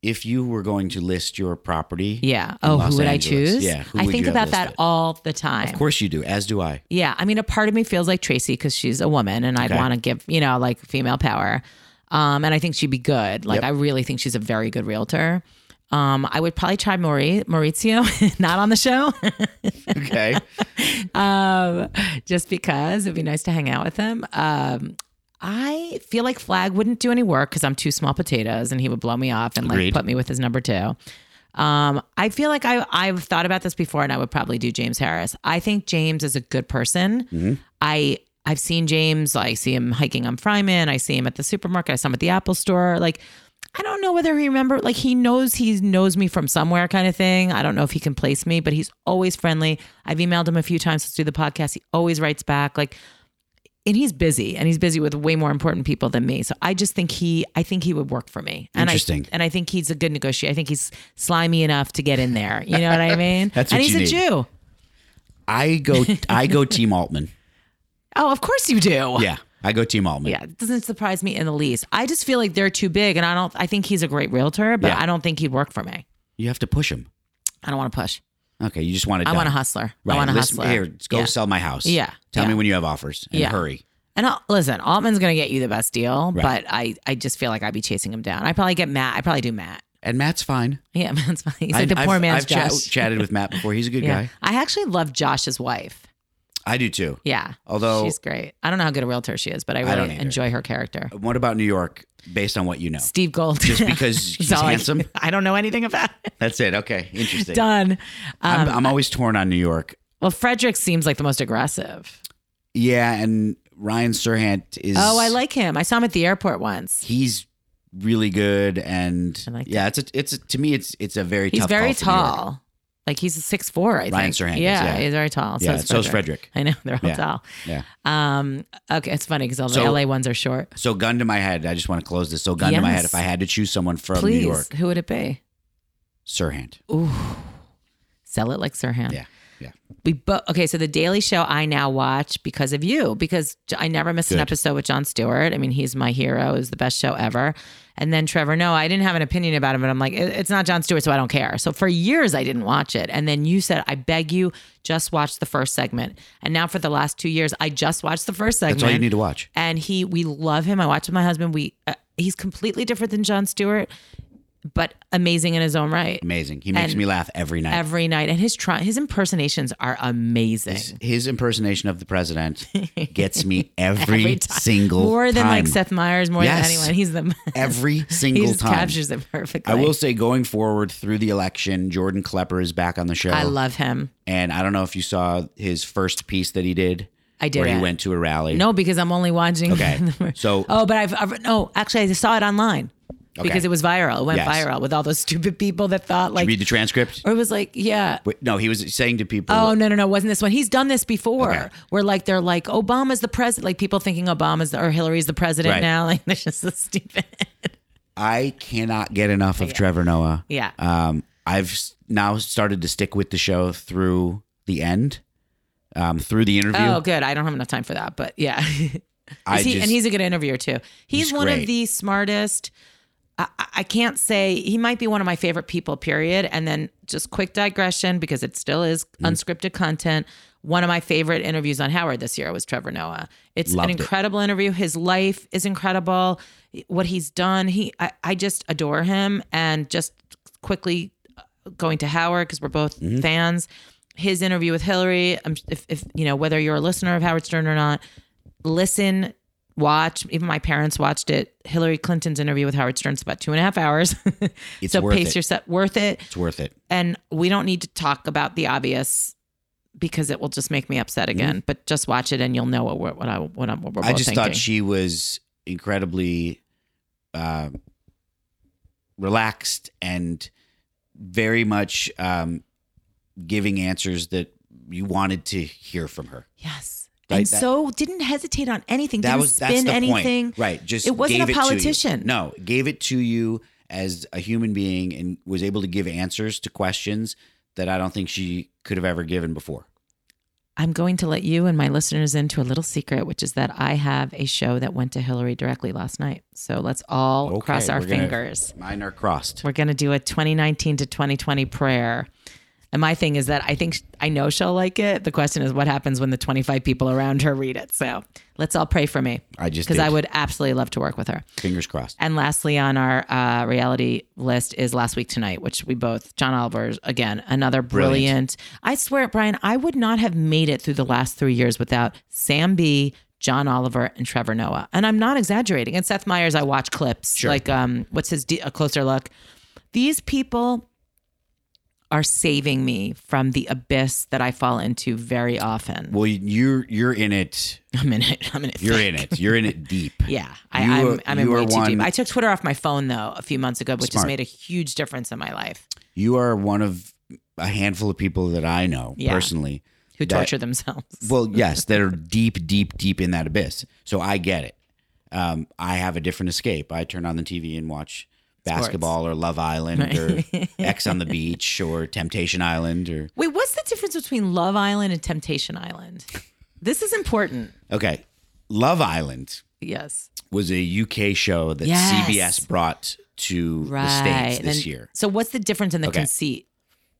Speaker 2: if you were going to list your property
Speaker 1: Yeah. Oh,
Speaker 2: Los
Speaker 1: who would
Speaker 2: Angeles.
Speaker 1: I choose?
Speaker 2: Yeah, who
Speaker 1: I
Speaker 2: would
Speaker 1: think
Speaker 2: you have
Speaker 1: about that
Speaker 2: listed?
Speaker 1: all the time.
Speaker 2: of course you do as do i
Speaker 1: Yeah, I mean, a part of me feels like Tracy because she's a woman, and I'd
Speaker 2: Okay.
Speaker 1: want to give you know like female power. Um, and I think she'd be good. Like,
Speaker 2: Yep.
Speaker 1: I really think she's a very good realtor. Um, I would probably try Mauri- Maurizio, <laughs> not on the show, <laughs>
Speaker 2: okay
Speaker 1: um, just because it'd be nice to hang out with him. Um, I feel like Flag wouldn't do any work because I'm two small potatoes, and he would blow me off and
Speaker 2: Agreed.
Speaker 1: like put me with his number two. Um, I feel like I I've thought about this before, and I would probably do James Harris. I think James is a good person. I I've seen James. I see him hiking on Fryman. I see him at the supermarket. I saw him at the Apple store. Like I don't know whether he remember. Like he knows he knows me from somewhere, kind of thing. I don't know if he can place me, but he's always friendly. I've emailed him a few times to do the podcast. He always writes back. Like and he's busy and he's busy with way more important people than me. So I just think he, I think he would work for me. And
Speaker 2: Interesting.
Speaker 1: I, and I think he's a good negotiator. I think he's slimy enough to get in there. You know what I mean?
Speaker 2: <laughs> That's
Speaker 1: and
Speaker 2: what
Speaker 1: he's
Speaker 2: you
Speaker 1: a
Speaker 2: need.
Speaker 1: Jew.
Speaker 2: i go i go team altman
Speaker 1: Oh, of course you do.
Speaker 2: yeah i go team altman
Speaker 1: Yeah, it doesn't surprise me in the least. I just feel like they're too big, and I don't. I think he's a great realtor, but
Speaker 2: Yeah.
Speaker 1: I don't think he'd work for me.
Speaker 2: you have to push him
Speaker 1: I don't want to push.
Speaker 2: Okay, you just want it.
Speaker 1: I want a
Speaker 2: done.
Speaker 1: hustler.
Speaker 2: Right.
Speaker 1: I want a
Speaker 2: Listen,
Speaker 1: hustler.
Speaker 2: Here, let's go
Speaker 1: Yeah.
Speaker 2: sell my house.
Speaker 1: Yeah,
Speaker 2: Tell me
Speaker 1: yeah.
Speaker 2: when you have offers and
Speaker 1: Yeah.
Speaker 2: hurry.
Speaker 1: And I'll, listen, Altman's gonna get you the best deal,
Speaker 2: Right.
Speaker 1: but I, I just feel like I'd be chasing him down. I probably get Matt. I probably do Matt.
Speaker 2: And Matt's fine.
Speaker 1: Yeah, <laughs> that's fine. He's like the
Speaker 2: I've-
Speaker 1: poor man's
Speaker 2: I've chat-
Speaker 1: Josh.
Speaker 2: <laughs> chatted with Matt before. He's a good
Speaker 1: yeah.
Speaker 2: guy.
Speaker 1: I actually love Josh's wife.
Speaker 2: I do too.
Speaker 1: Yeah.
Speaker 2: Although-
Speaker 1: she's great. I don't know how good a realtor she is, but I
Speaker 2: don't
Speaker 1: really
Speaker 2: either.
Speaker 1: enjoy her character.
Speaker 2: What about New York? Based on what you know,
Speaker 1: Steve Gold. <laughs>
Speaker 2: just because he's
Speaker 1: That's all I-
Speaker 2: handsome.
Speaker 1: <laughs> I, don't know anything about it.
Speaker 2: That's it. Okay, interesting.
Speaker 1: Done.
Speaker 2: I'm,
Speaker 1: Um,
Speaker 2: I'm always torn on New York.
Speaker 1: well, Frederick seems like the most aggressive.
Speaker 2: Yeah, and Ryan Serhant is.
Speaker 1: Oh, I like him. I saw him at the airport once.
Speaker 2: He's really good, and
Speaker 1: I like
Speaker 2: yeah, it's a, it's a, to me, it's it's a very
Speaker 1: He's
Speaker 2: tough
Speaker 1: very
Speaker 2: call for New York.
Speaker 1: tall. Like he's six four, I
Speaker 2: Ryan
Speaker 1: think.
Speaker 2: Serhant is,
Speaker 1: yeah,
Speaker 2: yeah.
Speaker 1: he's very tall. so
Speaker 2: Yeah,
Speaker 1: is
Speaker 2: so is
Speaker 1: Frederick.
Speaker 2: Frederick.
Speaker 1: I know they're all
Speaker 2: Yeah.
Speaker 1: tall.
Speaker 2: Yeah.
Speaker 1: Um. Okay, it's funny because all the
Speaker 2: So-
Speaker 1: LA ones are short.
Speaker 2: So, gun to my head, I just want to close this. So, gun to my
Speaker 1: Yes.
Speaker 2: head, if I had to choose someone from
Speaker 1: Please,
Speaker 2: New York,
Speaker 1: who would it be?
Speaker 2: Sirhan.
Speaker 1: Ooh, sell it like Sirhan.
Speaker 2: Yeah, yeah.
Speaker 1: We both okay. So the Daily Show I now watch because of you because J- I never missed an
Speaker 2: Good.
Speaker 1: episode with Jon Stewart. I mean, he's my hero. It was the best show ever. And then Trevor Noah, I didn't have an opinion about him, but I'm like, "It- it's not Jon Stewart, so I don't care. So for years I didn't watch it. And then you said, I beg you, just watch the first segment. And now for the last two years, I just watched the first segment
Speaker 2: That's all you need to watch.
Speaker 1: and he we love him i watch with my husband we uh, he's completely different than john stewart but amazing in his own right
Speaker 2: Amazing. He makes
Speaker 1: And
Speaker 2: me laugh every night.
Speaker 1: every night and his try his impersonations are amazing
Speaker 2: his impersonation of
Speaker 1: <laughs>
Speaker 2: the president gets me every,
Speaker 1: Every time.
Speaker 2: single
Speaker 1: more than like
Speaker 2: time.
Speaker 1: seth meyers more
Speaker 2: Yes.
Speaker 1: than anyone he's the <laughs>
Speaker 2: every
Speaker 1: he
Speaker 2: single
Speaker 1: just
Speaker 2: time.
Speaker 1: captures it perfectly
Speaker 2: I will say, going forward through the election, Jordan Klepper is back on the show.
Speaker 1: I love him
Speaker 2: and I don't know if you saw his first piece that he did.
Speaker 1: I did
Speaker 2: Where he
Speaker 1: it.
Speaker 2: went to a rally.
Speaker 1: no because i'm only watching <laughs>
Speaker 2: Okay. So
Speaker 1: oh but I've, I've no actually i saw it online because
Speaker 2: Okay.
Speaker 1: it was viral it went
Speaker 2: Yes.
Speaker 1: viral with all those stupid people that thought like
Speaker 2: read the transcript.
Speaker 1: or it was like yeah
Speaker 2: Wait, no, he was saying to people.
Speaker 1: Oh no no no! Wasn't this one? He's done this before.
Speaker 2: Okay.
Speaker 1: Where like they're like Obama's the president, like people thinking Obama's the, or Hillary's the president
Speaker 2: Right.
Speaker 1: now. <laughs> Like that's just so stupid. <laughs>
Speaker 2: I cannot get enough of Trevor Noah.
Speaker 1: Yeah.
Speaker 2: Um, I've s- now started to stick with the show through the end, um, through the interview.
Speaker 1: oh good, I don't have enough time for that, but yeah. <laughs> Is
Speaker 2: I
Speaker 1: he-
Speaker 2: just-
Speaker 1: and he's a good interviewer too. He's,
Speaker 2: he's
Speaker 1: one of
Speaker 2: great.
Speaker 1: the smartest. I, I- I can't say he might be one of my favorite people. Period. And then just quick digression because it still is
Speaker 2: Mm.
Speaker 1: unscripted content. One of my favorite interviews on Howard this year was Trevor Noah. It's
Speaker 2: Loved
Speaker 1: an
Speaker 2: it.
Speaker 1: incredible interview. His life is incredible. What he's done, he I, I just adore him. And just quickly uh, going to Howard because we're both
Speaker 2: Mm-hmm.
Speaker 1: fans. His interview with Hillary, um, if, if you know whether you're a listener of Howard Stern or not, listen, watch. Even my parents watched it. Hillary Clinton's interview with Howard Stern's about two and a half hours. <laughs>
Speaker 2: It's
Speaker 1: so
Speaker 2: worth
Speaker 1: pace
Speaker 2: it.
Speaker 1: yourself. Worth it
Speaker 2: it's worth it.
Speaker 1: and we don't need to talk about the obvious because it will just make me upset again. But just watch it, and you'll know what we're, what I what I'm. What we're
Speaker 2: Mm-hmm. I
Speaker 1: both
Speaker 2: just
Speaker 1: thinking.
Speaker 2: thought she was incredibly uh, relaxed and very much um, giving answers that you wanted to hear from her.
Speaker 1: yes,
Speaker 2: Right,
Speaker 1: and
Speaker 2: that-
Speaker 1: so didn't hesitate on anything.
Speaker 2: That
Speaker 1: didn't
Speaker 2: was that's
Speaker 1: spin
Speaker 2: the
Speaker 1: anything.
Speaker 2: point, right? Just
Speaker 1: It wasn't
Speaker 2: gave
Speaker 1: a
Speaker 2: to you.
Speaker 1: politician.
Speaker 2: No, gave it to you as a human being and was able to give answers to questions that I don't think she could have ever given before.
Speaker 1: I'm going to let you and my listeners into a little secret, which is that I have a show that went to Hillary directly last night. So let's all
Speaker 2: Okay,
Speaker 1: cross our
Speaker 2: we're gonna-
Speaker 1: fingers.
Speaker 2: Mine are crossed.
Speaker 1: We're going to do a 2019 to 2020 prayer. And my thing is that I think I know she'll like it. The question is, what happens when the 25 people around her read it? So let's all pray for me.
Speaker 2: I just
Speaker 1: because I
Speaker 2: did.
Speaker 1: would absolutely love to work with her.
Speaker 2: Fingers crossed.
Speaker 1: And lastly, on our uh, reality list is Last Week Tonight, which we both, John Oliver's, again, another brilliant.
Speaker 2: Brilliant.
Speaker 1: I swear, Brian, I would not have made it through the last three years without Sam B., John Oliver, and Trevor Noah. And I'm not exaggerating. And Seth Meyers, I watch clips. Like, um, what's his, D- a closer look? These people are saving me from the abyss that I fall into very often.
Speaker 2: Well, you're you're in it.
Speaker 1: <laughs> I'm in it. I'm in it.
Speaker 2: You're in it. You're in it deep.
Speaker 1: Yeah, I,
Speaker 2: You
Speaker 1: I'm,
Speaker 2: are-
Speaker 1: I'm in
Speaker 2: you
Speaker 1: way too
Speaker 2: are
Speaker 1: deep.
Speaker 2: one-
Speaker 1: I took Twitter off my phone though a few months ago, which has
Speaker 2: Smart.
Speaker 1: made a huge difference in my life.
Speaker 2: You are one of a handful of people that I know
Speaker 1: Yeah.
Speaker 2: personally.
Speaker 1: Who
Speaker 2: That-
Speaker 1: torture themselves?
Speaker 2: <laughs> Well, yes, that are deep, deep, deep in that abyss. So I get it. Um, I have a different escape. I turn on the TV and watch basketball or Love Island or X on the Beach or Temptation Island or
Speaker 1: Wait, what's the difference between Love Island and Temptation Island? This is important.
Speaker 2: okay. Love Island
Speaker 1: Yes,
Speaker 2: was a UK show that
Speaker 1: Yes.
Speaker 2: CBS brought to the states this
Speaker 1: And
Speaker 2: year.
Speaker 1: So what's the difference in the
Speaker 2: Okay.
Speaker 1: conceit?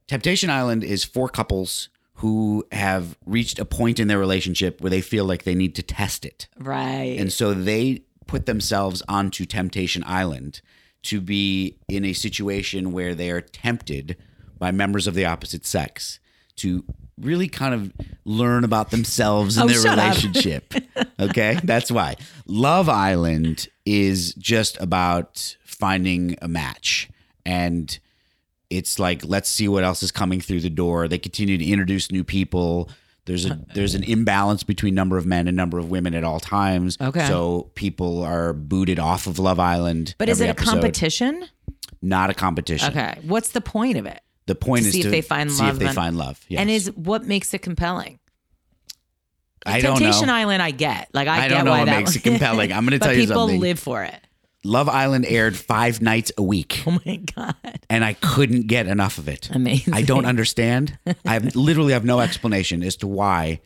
Speaker 2: Temptation Island is four couples who have reached a point in their relationship where they feel like they need to test it.
Speaker 1: Right.
Speaker 2: And so they put themselves onto Temptation Island to be in a situation where they are tempted by members of the opposite sex to really kind of learn about themselves and
Speaker 1: Oh,
Speaker 2: their
Speaker 1: shut up. <laughs>
Speaker 2: relationship. okay, that's why Love Island is just about finding a match and it's like let's see what else is coming through the door. They continue to introduce new people. There's a there's an imbalance between number of men and number of women at all times.
Speaker 1: Okay.
Speaker 2: So people are booted off of Love Island.
Speaker 1: But is
Speaker 2: every
Speaker 1: it a
Speaker 2: episode.
Speaker 1: competition?
Speaker 2: Not a competition.
Speaker 1: Okay. What's the point of it?
Speaker 2: The point
Speaker 1: To
Speaker 2: is
Speaker 1: see if
Speaker 2: to
Speaker 1: they find
Speaker 2: see
Speaker 1: love
Speaker 2: if they
Speaker 1: then.
Speaker 2: find love. Yes.
Speaker 1: And is what makes it compelling?
Speaker 2: I don't know.
Speaker 1: Temptation Island, I get. Like I,
Speaker 2: I
Speaker 1: get
Speaker 2: don't know
Speaker 1: why
Speaker 2: what
Speaker 1: that
Speaker 2: makes it
Speaker 1: one-
Speaker 2: compelling. I'm gonna
Speaker 1: But
Speaker 2: tell you
Speaker 1: people
Speaker 2: something.
Speaker 1: live for it.
Speaker 2: Love Island aired five nights a week,
Speaker 1: Oh my god! <laughs>
Speaker 2: and I couldn't get enough of it.
Speaker 1: Amazing.
Speaker 2: I don't understand. I literally have no explanation as to why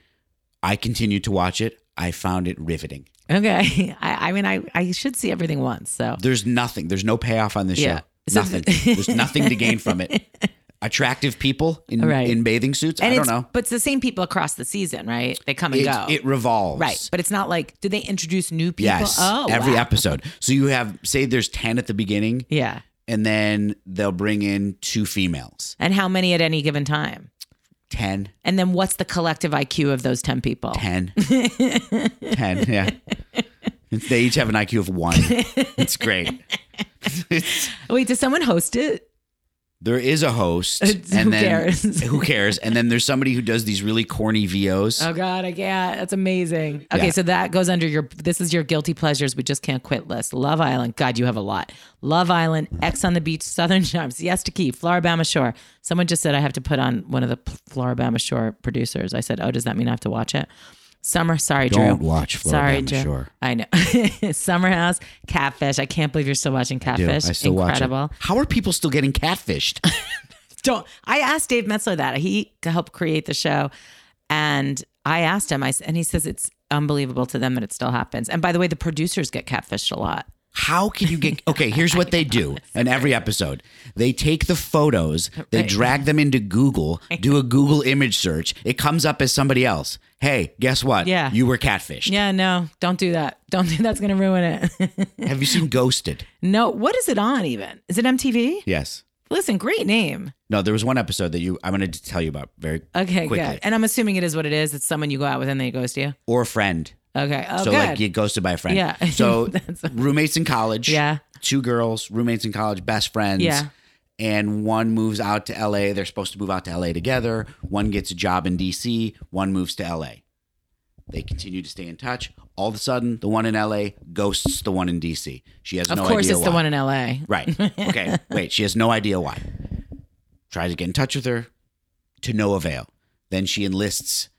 Speaker 2: I continue to watch it. I found it riveting.
Speaker 1: Okay. <laughs> I, I mean, I I should see everything once. So
Speaker 2: There's nothing. There's no payoff on this
Speaker 1: Yeah.
Speaker 2: show.
Speaker 1: <laughs> So-
Speaker 2: nothing. There's nothing to gain from it.
Speaker 1: <laughs>
Speaker 2: Attractive people in
Speaker 1: Right.
Speaker 2: in bathing suits. I
Speaker 1: and
Speaker 2: don't
Speaker 1: it's-
Speaker 2: know.
Speaker 1: But it's the same people across the season, right? They come and
Speaker 2: It,
Speaker 1: go.
Speaker 2: it revolves.
Speaker 1: right. But it's not like did they introduce new people?
Speaker 2: Yes.
Speaker 1: Oh,
Speaker 2: Every
Speaker 1: wow.
Speaker 2: episode. So you have say there's ten at the beginning,
Speaker 1: Yeah.
Speaker 2: and then they'll bring in two females.
Speaker 1: And how many at any given time?
Speaker 2: 10,
Speaker 1: And then what's the collective IQ of those ten people? <laughs>
Speaker 2: 10, 10. Yeah. They each have an IQ of one. It's great.
Speaker 1: Wait, does someone host it?
Speaker 2: There is a host,
Speaker 1: It's-
Speaker 2: and
Speaker 1: who
Speaker 2: then
Speaker 1: cares?
Speaker 2: who cares? And then there's somebody who does these really corny VOs.
Speaker 1: Oh God, I can't. That's amazing. Okay,
Speaker 2: Yeah.
Speaker 1: so that goes under your. This is your guilty pleasures. We just can't quit list. Love Island. God, you have a lot. Love Island. X on the beach. Southern <laughs> Charms. Yes to Key. Floribama Shore. Someone just said I have to put on one of the P- Floribama Shore producers. I said, Oh, does that mean I have to watch it? Summer. Sorry, Drew.
Speaker 2: Don't watch
Speaker 1: Sorry,
Speaker 2: Floribama
Speaker 1: Drew.
Speaker 2: Shore.
Speaker 1: I know. <laughs> Summer House. Catfish. I can't believe you're still watching
Speaker 2: do.
Speaker 1: Catfish.
Speaker 2: I still
Speaker 1: Incredible.
Speaker 2: watch it. How are people still getting catfished?
Speaker 1: don't I asked Dave Metzler that he helped create the show, and I asked him. I s- and he says it's unbelievable to them that it still happens. And by the way, the producers get catfished a lot.
Speaker 2: How can you get Okay, here's what
Speaker 1: <laughs>
Speaker 2: they do in every episode. They take the photos, they
Speaker 1: Right.
Speaker 2: drag them into Google, do a Google image search. It comes up as somebody else. Hey, guess what?
Speaker 1: Yeah.
Speaker 2: You were catfished.
Speaker 1: Yeah, no, don't do that. Don't do that's going to ruin it. <laughs>
Speaker 2: Have you seen Ghosted?
Speaker 1: no, what is it on? Even is it MTV?
Speaker 2: Yes.
Speaker 1: Listen, great name.
Speaker 2: No, there was one episode that you I'm going to tell you about very
Speaker 1: Okay,
Speaker 2: Quickly.
Speaker 1: good. And I'm assuming it is what it is. It's someone you go out with and they ghost you.
Speaker 2: or a friend.
Speaker 1: Okay, oh,
Speaker 2: so
Speaker 1: good.
Speaker 2: like you get ghosted by a friend.
Speaker 1: Yeah. <laughs>
Speaker 2: So
Speaker 1: That's-
Speaker 2: roommates in college.
Speaker 1: Yeah.
Speaker 2: Two girls, roommates in college, best friends.
Speaker 1: Yeah.
Speaker 2: And one moves out to LA. They're supposed to move out to LA together. One gets a job in DC. One moves to LA. They continue to stay in touch. All of a sudden, the one in LA ghosts the one in DC. She has
Speaker 1: of
Speaker 2: no
Speaker 1: course,
Speaker 2: idea
Speaker 1: it's
Speaker 2: why.
Speaker 1: the one in LA.
Speaker 2: <laughs> Right. Okay. Wait, she has no idea why. Tries to get in touch with her to no avail. Then she enlists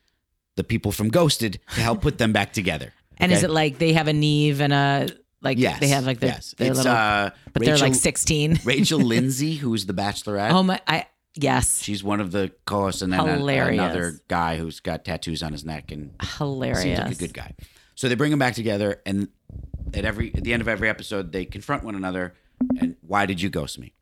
Speaker 2: the people from Ghosted to help put them back together.
Speaker 1: And is
Speaker 2: Okay?
Speaker 1: it like they have a Neve and a <laughs> like?
Speaker 2: Yes.
Speaker 1: they have like their,
Speaker 2: yes.
Speaker 1: their
Speaker 2: it's,
Speaker 1: little,
Speaker 2: uh,
Speaker 1: but
Speaker 2: Rachel,
Speaker 1: they're like 16.
Speaker 2: Rachel Lindsay, who's the Bachelorette.
Speaker 1: <laughs> Oh my! I yes,
Speaker 2: She's one of the co-hosts, and then a-
Speaker 1: Hilarious.
Speaker 2: another guy who's got tattoos on his neck and
Speaker 1: hilarious.
Speaker 2: seems like a good guy. So they bring them back together, and at every at the end of every episode, they confront one another. And why did you ghost me?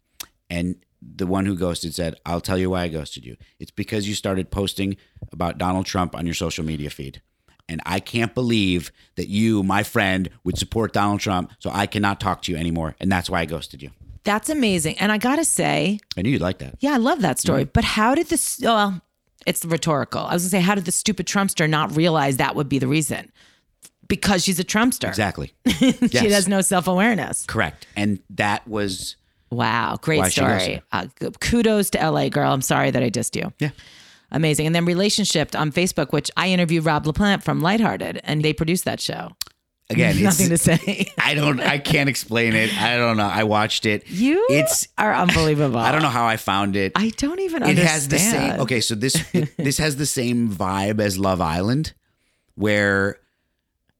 Speaker 2: And the one who ghosted said, "I'll tell you why I ghosted you. It's because you started posting about Donald Trump on your social media feed." And I can't believe that you, my friend, would support Donald Trump. So I cannot talk to you anymore. And that's why I ghosted you.
Speaker 1: That's amazing. And I gotta say,
Speaker 2: I knew you'd like that.
Speaker 1: yeah, I love that story.
Speaker 2: Mm-hmm.
Speaker 1: But how did this? Well, it's rhetorical. I was gonna say, how did the stupid Trumpster not realize that would be the reason? Because she's a Trumpster.
Speaker 2: Exactly.
Speaker 1: <laughs> She
Speaker 2: Yes.
Speaker 1: has no self awareness.
Speaker 2: Correct. And that was
Speaker 1: Wow, great
Speaker 2: Why she goes
Speaker 1: story. Uh, g- kudos to LA girl. I'm sorry that I dissed you.
Speaker 2: Yeah.
Speaker 1: Amazing. And then relationship on Facebook, which I interviewed Rob LaPlante from Lighthearted, and they produced that show.
Speaker 2: again it's-
Speaker 1: <laughs> Nothing to
Speaker 2: <laughs>
Speaker 1: say.
Speaker 2: I don't I can't explain it. I don't know. I watched it.
Speaker 1: you
Speaker 2: it's
Speaker 1: are unbelievable.
Speaker 2: I don't know how I found it.
Speaker 1: I don't even
Speaker 2: it
Speaker 1: understand.
Speaker 2: has the same Okay, so this
Speaker 1: <laughs>
Speaker 2: this has the same vibe as Love Island where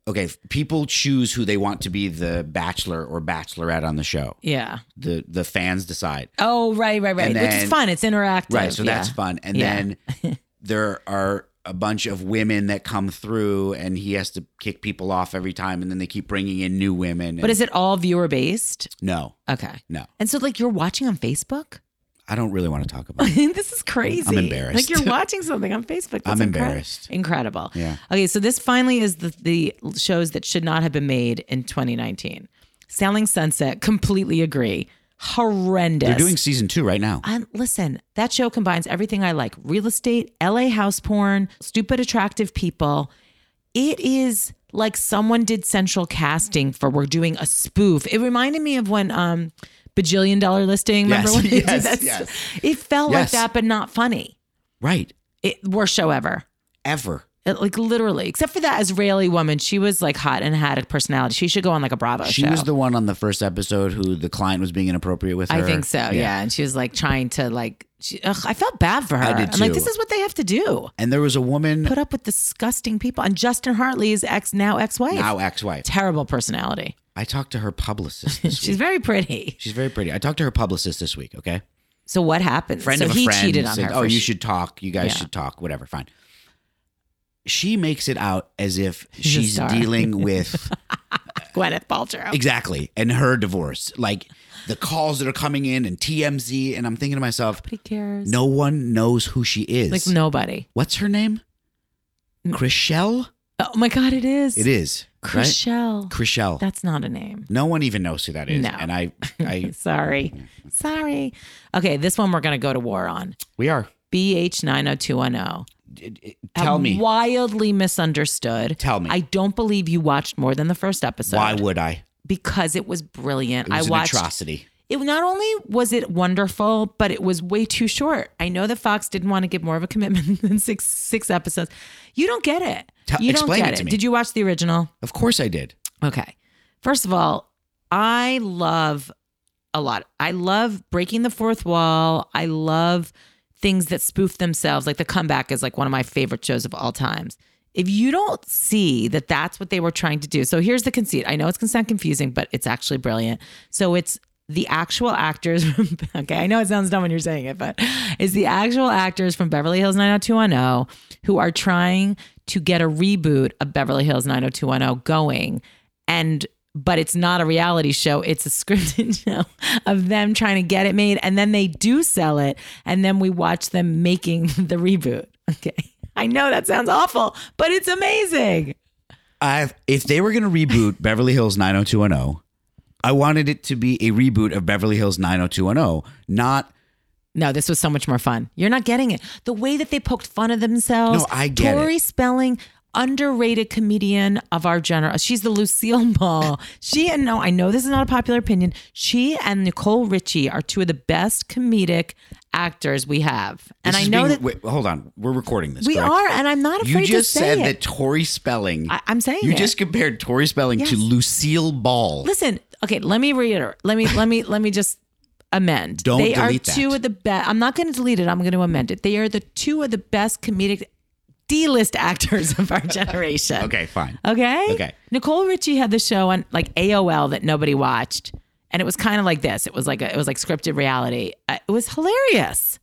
Speaker 2: okay, people choose who they want to be the bachelor or bachelorette on the show.
Speaker 1: Yeah.
Speaker 2: The the fans decide.
Speaker 1: Oh, right, right, right.
Speaker 2: And
Speaker 1: Which
Speaker 2: then-
Speaker 1: is fun. It's interactive.
Speaker 2: Right, so
Speaker 1: yeah.
Speaker 2: that's fun. And
Speaker 1: Yeah. <laughs>
Speaker 2: then there are a bunch of women that come through and he has to kick people off every time and then they keep bringing in new women.
Speaker 1: But is it all viewer based?
Speaker 2: no.
Speaker 1: Okay.
Speaker 2: No.
Speaker 1: And so, like, you're watching on Facebook? <laughs>
Speaker 2: I don't really want to talk about it.
Speaker 1: this is crazy.
Speaker 2: embarrassed.
Speaker 1: Like,
Speaker 2: <laughs>
Speaker 1: you're watching something on Facebook. That's
Speaker 2: I'm
Speaker 1: incre-
Speaker 2: embarrassed.
Speaker 1: Incredible.
Speaker 2: Yeah.
Speaker 1: Okay. So, this finally is the, the shows that should not have been made in 2019. Selling Sunset, completely agree. Horrendous.
Speaker 2: They're doing season two right now.
Speaker 1: I, listen, that show combines everything I like real estate, LA house porn, stupid, attractive people. It is like someone did central casting for we're doing a spoof. It reminded me of when um Bajillion Dollar Listing. Remember
Speaker 2: Yes,
Speaker 1: when they did
Speaker 2: yes,
Speaker 1: that?
Speaker 2: yes.
Speaker 1: It felt like
Speaker 2: Yes.
Speaker 1: that, but not funny.
Speaker 2: Right.
Speaker 1: It worst show ever.
Speaker 2: Ever.
Speaker 1: It, like literally, except for that Israeli woman, she was like hot and had a personality. She should go on like a Bravo
Speaker 2: She
Speaker 1: show.
Speaker 2: was the one on the first episode who the client was being inappropriate with her.
Speaker 1: I think so, yeah. And she was like trying to like. She, ugh, I felt bad for her.
Speaker 2: I did
Speaker 1: am like,
Speaker 2: too.
Speaker 1: this is what they have to do.
Speaker 2: And there was a woman,
Speaker 1: Put up with disgusting people. And Justin Hartley's ex, now ex-wife,
Speaker 2: now ex-wife.
Speaker 1: terrible personality.
Speaker 2: I talked to
Speaker 1: <laughs>
Speaker 2: her publicist this
Speaker 1: She's
Speaker 2: week.
Speaker 1: very pretty.
Speaker 2: She's very pretty. I talked to her publicist this week, okay?
Speaker 1: So what happened?
Speaker 2: friend
Speaker 1: so
Speaker 2: of a
Speaker 1: he
Speaker 2: friend
Speaker 1: cheated on
Speaker 2: said,
Speaker 1: her.
Speaker 2: Oh,
Speaker 1: for
Speaker 2: you
Speaker 1: sh-
Speaker 2: should talk. You guys
Speaker 1: Yeah.
Speaker 2: should talk. Whatever, fine. She makes it out as if
Speaker 1: a
Speaker 2: she's
Speaker 1: star.
Speaker 2: dealing
Speaker 1: <laughs>
Speaker 2: with
Speaker 1: Gwyneth Paltrow.
Speaker 2: exactly and her divorce, like the calls that are coming in and TMZ. And I'm thinking to myself,
Speaker 1: Nobody cares.
Speaker 2: no one knows who she is.
Speaker 1: like nobody.
Speaker 2: What's her name? Chriselle.
Speaker 1: Oh my God, it is.
Speaker 2: It is right.
Speaker 1: Chriselle.
Speaker 2: Chriselle.
Speaker 1: That's not a name.
Speaker 2: no one even knows who that is.
Speaker 1: No. <laughs>
Speaker 2: And I, I,
Speaker 1: Sorry. Sorry. Okay, this one we're going to go to war on.
Speaker 2: we are.
Speaker 1: BH90210.
Speaker 2: It- it- Tell me.
Speaker 1: Wildly misunderstood.
Speaker 2: Tell me.
Speaker 1: I don't believe you watched more than the first episode.
Speaker 2: Why would I?
Speaker 1: Because it was brilliant.
Speaker 2: It was
Speaker 1: I
Speaker 2: an
Speaker 1: watched
Speaker 2: atrocity.
Speaker 1: it not only was it wonderful, but it was way too short. I know that Fox didn't want to give more of a commitment <laughs> than six six episodes. You don't get it.
Speaker 2: Tell-
Speaker 1: you don't
Speaker 2: explain
Speaker 1: get
Speaker 2: it to me.
Speaker 1: Did you watch the original?
Speaker 2: Of course I did.
Speaker 1: Okay. First of all, I love a lot. I love breaking the fourth wall. I love things that spoof themselves. Like The Comeback is like one of my favorite shows of all times. If you don't see that that's what they were trying to do. So here's the conceit. I know it's going to sound confusing, but it's actually brilliant. So it's the actual actors <laughs> from okay, I know it sounds dumb when you're saying it, but it's the actual actors from Beverly Hills 90210 who are trying to get a reboot of Beverly Hills 90210 going and but it's not a reality show it's a <laughs> scripted show of them trying to get it made and then they do sell it and then we watch them making <laughs> the reboot okay i know that sounds awful but it's amazing
Speaker 2: I've, if they were going to
Speaker 1: <laughs>
Speaker 2: reboot Beverly Hills 90210, I wanted it to be a reboot of Beverly Hills 90210, not
Speaker 1: no this was so much more fun you're not getting it the way that they poked fun of themselves
Speaker 2: No, I get it.
Speaker 1: tori spelling underrated comedian of our generation she's the lucille
Speaker 2: <laughs>
Speaker 1: ball she and no i know this is not a popular opinion she and nicole richie are two of the best comedic actors we have and
Speaker 2: this
Speaker 1: i
Speaker 2: is
Speaker 1: know
Speaker 2: being-
Speaker 1: that
Speaker 2: wait, hold on, we're recording this.
Speaker 1: We
Speaker 2: correct?
Speaker 1: are, and I'm not afraid
Speaker 2: You just
Speaker 1: to say
Speaker 2: said
Speaker 1: it.
Speaker 2: that Tori Spelling.
Speaker 1: I, I'm saying
Speaker 2: you
Speaker 1: it.
Speaker 2: just compared Tori Spelling
Speaker 1: Yes.
Speaker 2: to Lucille Ball.
Speaker 1: listen. Okay, let me reiterate. Let me let me let me just amend.
Speaker 2: Don't
Speaker 1: they are
Speaker 2: delete that.
Speaker 1: two of the best. I'm not going to delete it. I'm going to amend it. They are the two of the best comedic D-list actors of our generation.
Speaker 2: Okay, fine.
Speaker 1: Okay.
Speaker 2: Okay.
Speaker 1: Nicole Richie had the show on like AOL that nobody watched, and it was kind of like this. It was like a, it was like scripted reality. Uh, It was hilarious.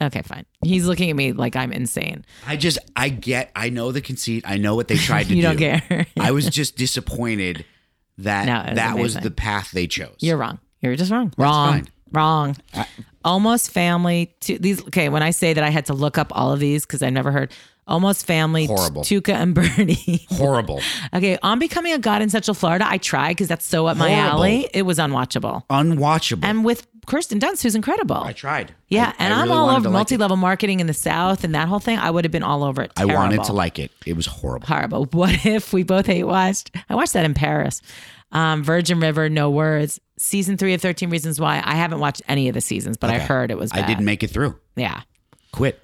Speaker 1: Okay, fine. He's looking at me like I'm insane.
Speaker 2: I just, I get, I know the conceit. I
Speaker 1: <laughs>
Speaker 2: know what they tried to
Speaker 1: You
Speaker 2: do.
Speaker 1: don't care. <laughs>
Speaker 2: I was just disappointed that
Speaker 1: No, it was
Speaker 2: that was
Speaker 1: amazing.
Speaker 2: the path they chose.
Speaker 1: You're wrong. You're just wrong. Wrong.
Speaker 2: fine.
Speaker 1: Wrong. Almost Family. To these. Okay, when I say that, I had to look up all of these because I never heard Almost Family.
Speaker 2: Horrible.
Speaker 1: Tuca and Bernie. <laughs>
Speaker 2: Horrible.
Speaker 1: okay, on becoming a god in Central Florida, I tried because that's so up my
Speaker 2: Horrible.
Speaker 1: alley. It was unwatchable.
Speaker 2: Unwatchable.
Speaker 1: And with Kirsten Dunst, who's incredible.
Speaker 2: I tried.
Speaker 1: yeah,
Speaker 2: I-
Speaker 1: and
Speaker 2: I
Speaker 1: I'm
Speaker 2: really
Speaker 1: all
Speaker 2: wanted
Speaker 1: over
Speaker 2: to like it.
Speaker 1: multi-level marketing in the South and that whole thing. I would have been all over it.
Speaker 2: I wanted to
Speaker 1: Terrible
Speaker 2: like it. It was horrible.
Speaker 1: horrible. <laughs> What if we both hate watched? I watched that in Paris. Um, Virgin River, No Words, season three of Thirteen Reasons Why. I haven't watched any of the seasons, but I
Speaker 2: Okay.
Speaker 1: heard it was. Bad.
Speaker 2: I didn't make it through.
Speaker 1: Yeah,
Speaker 2: Quit.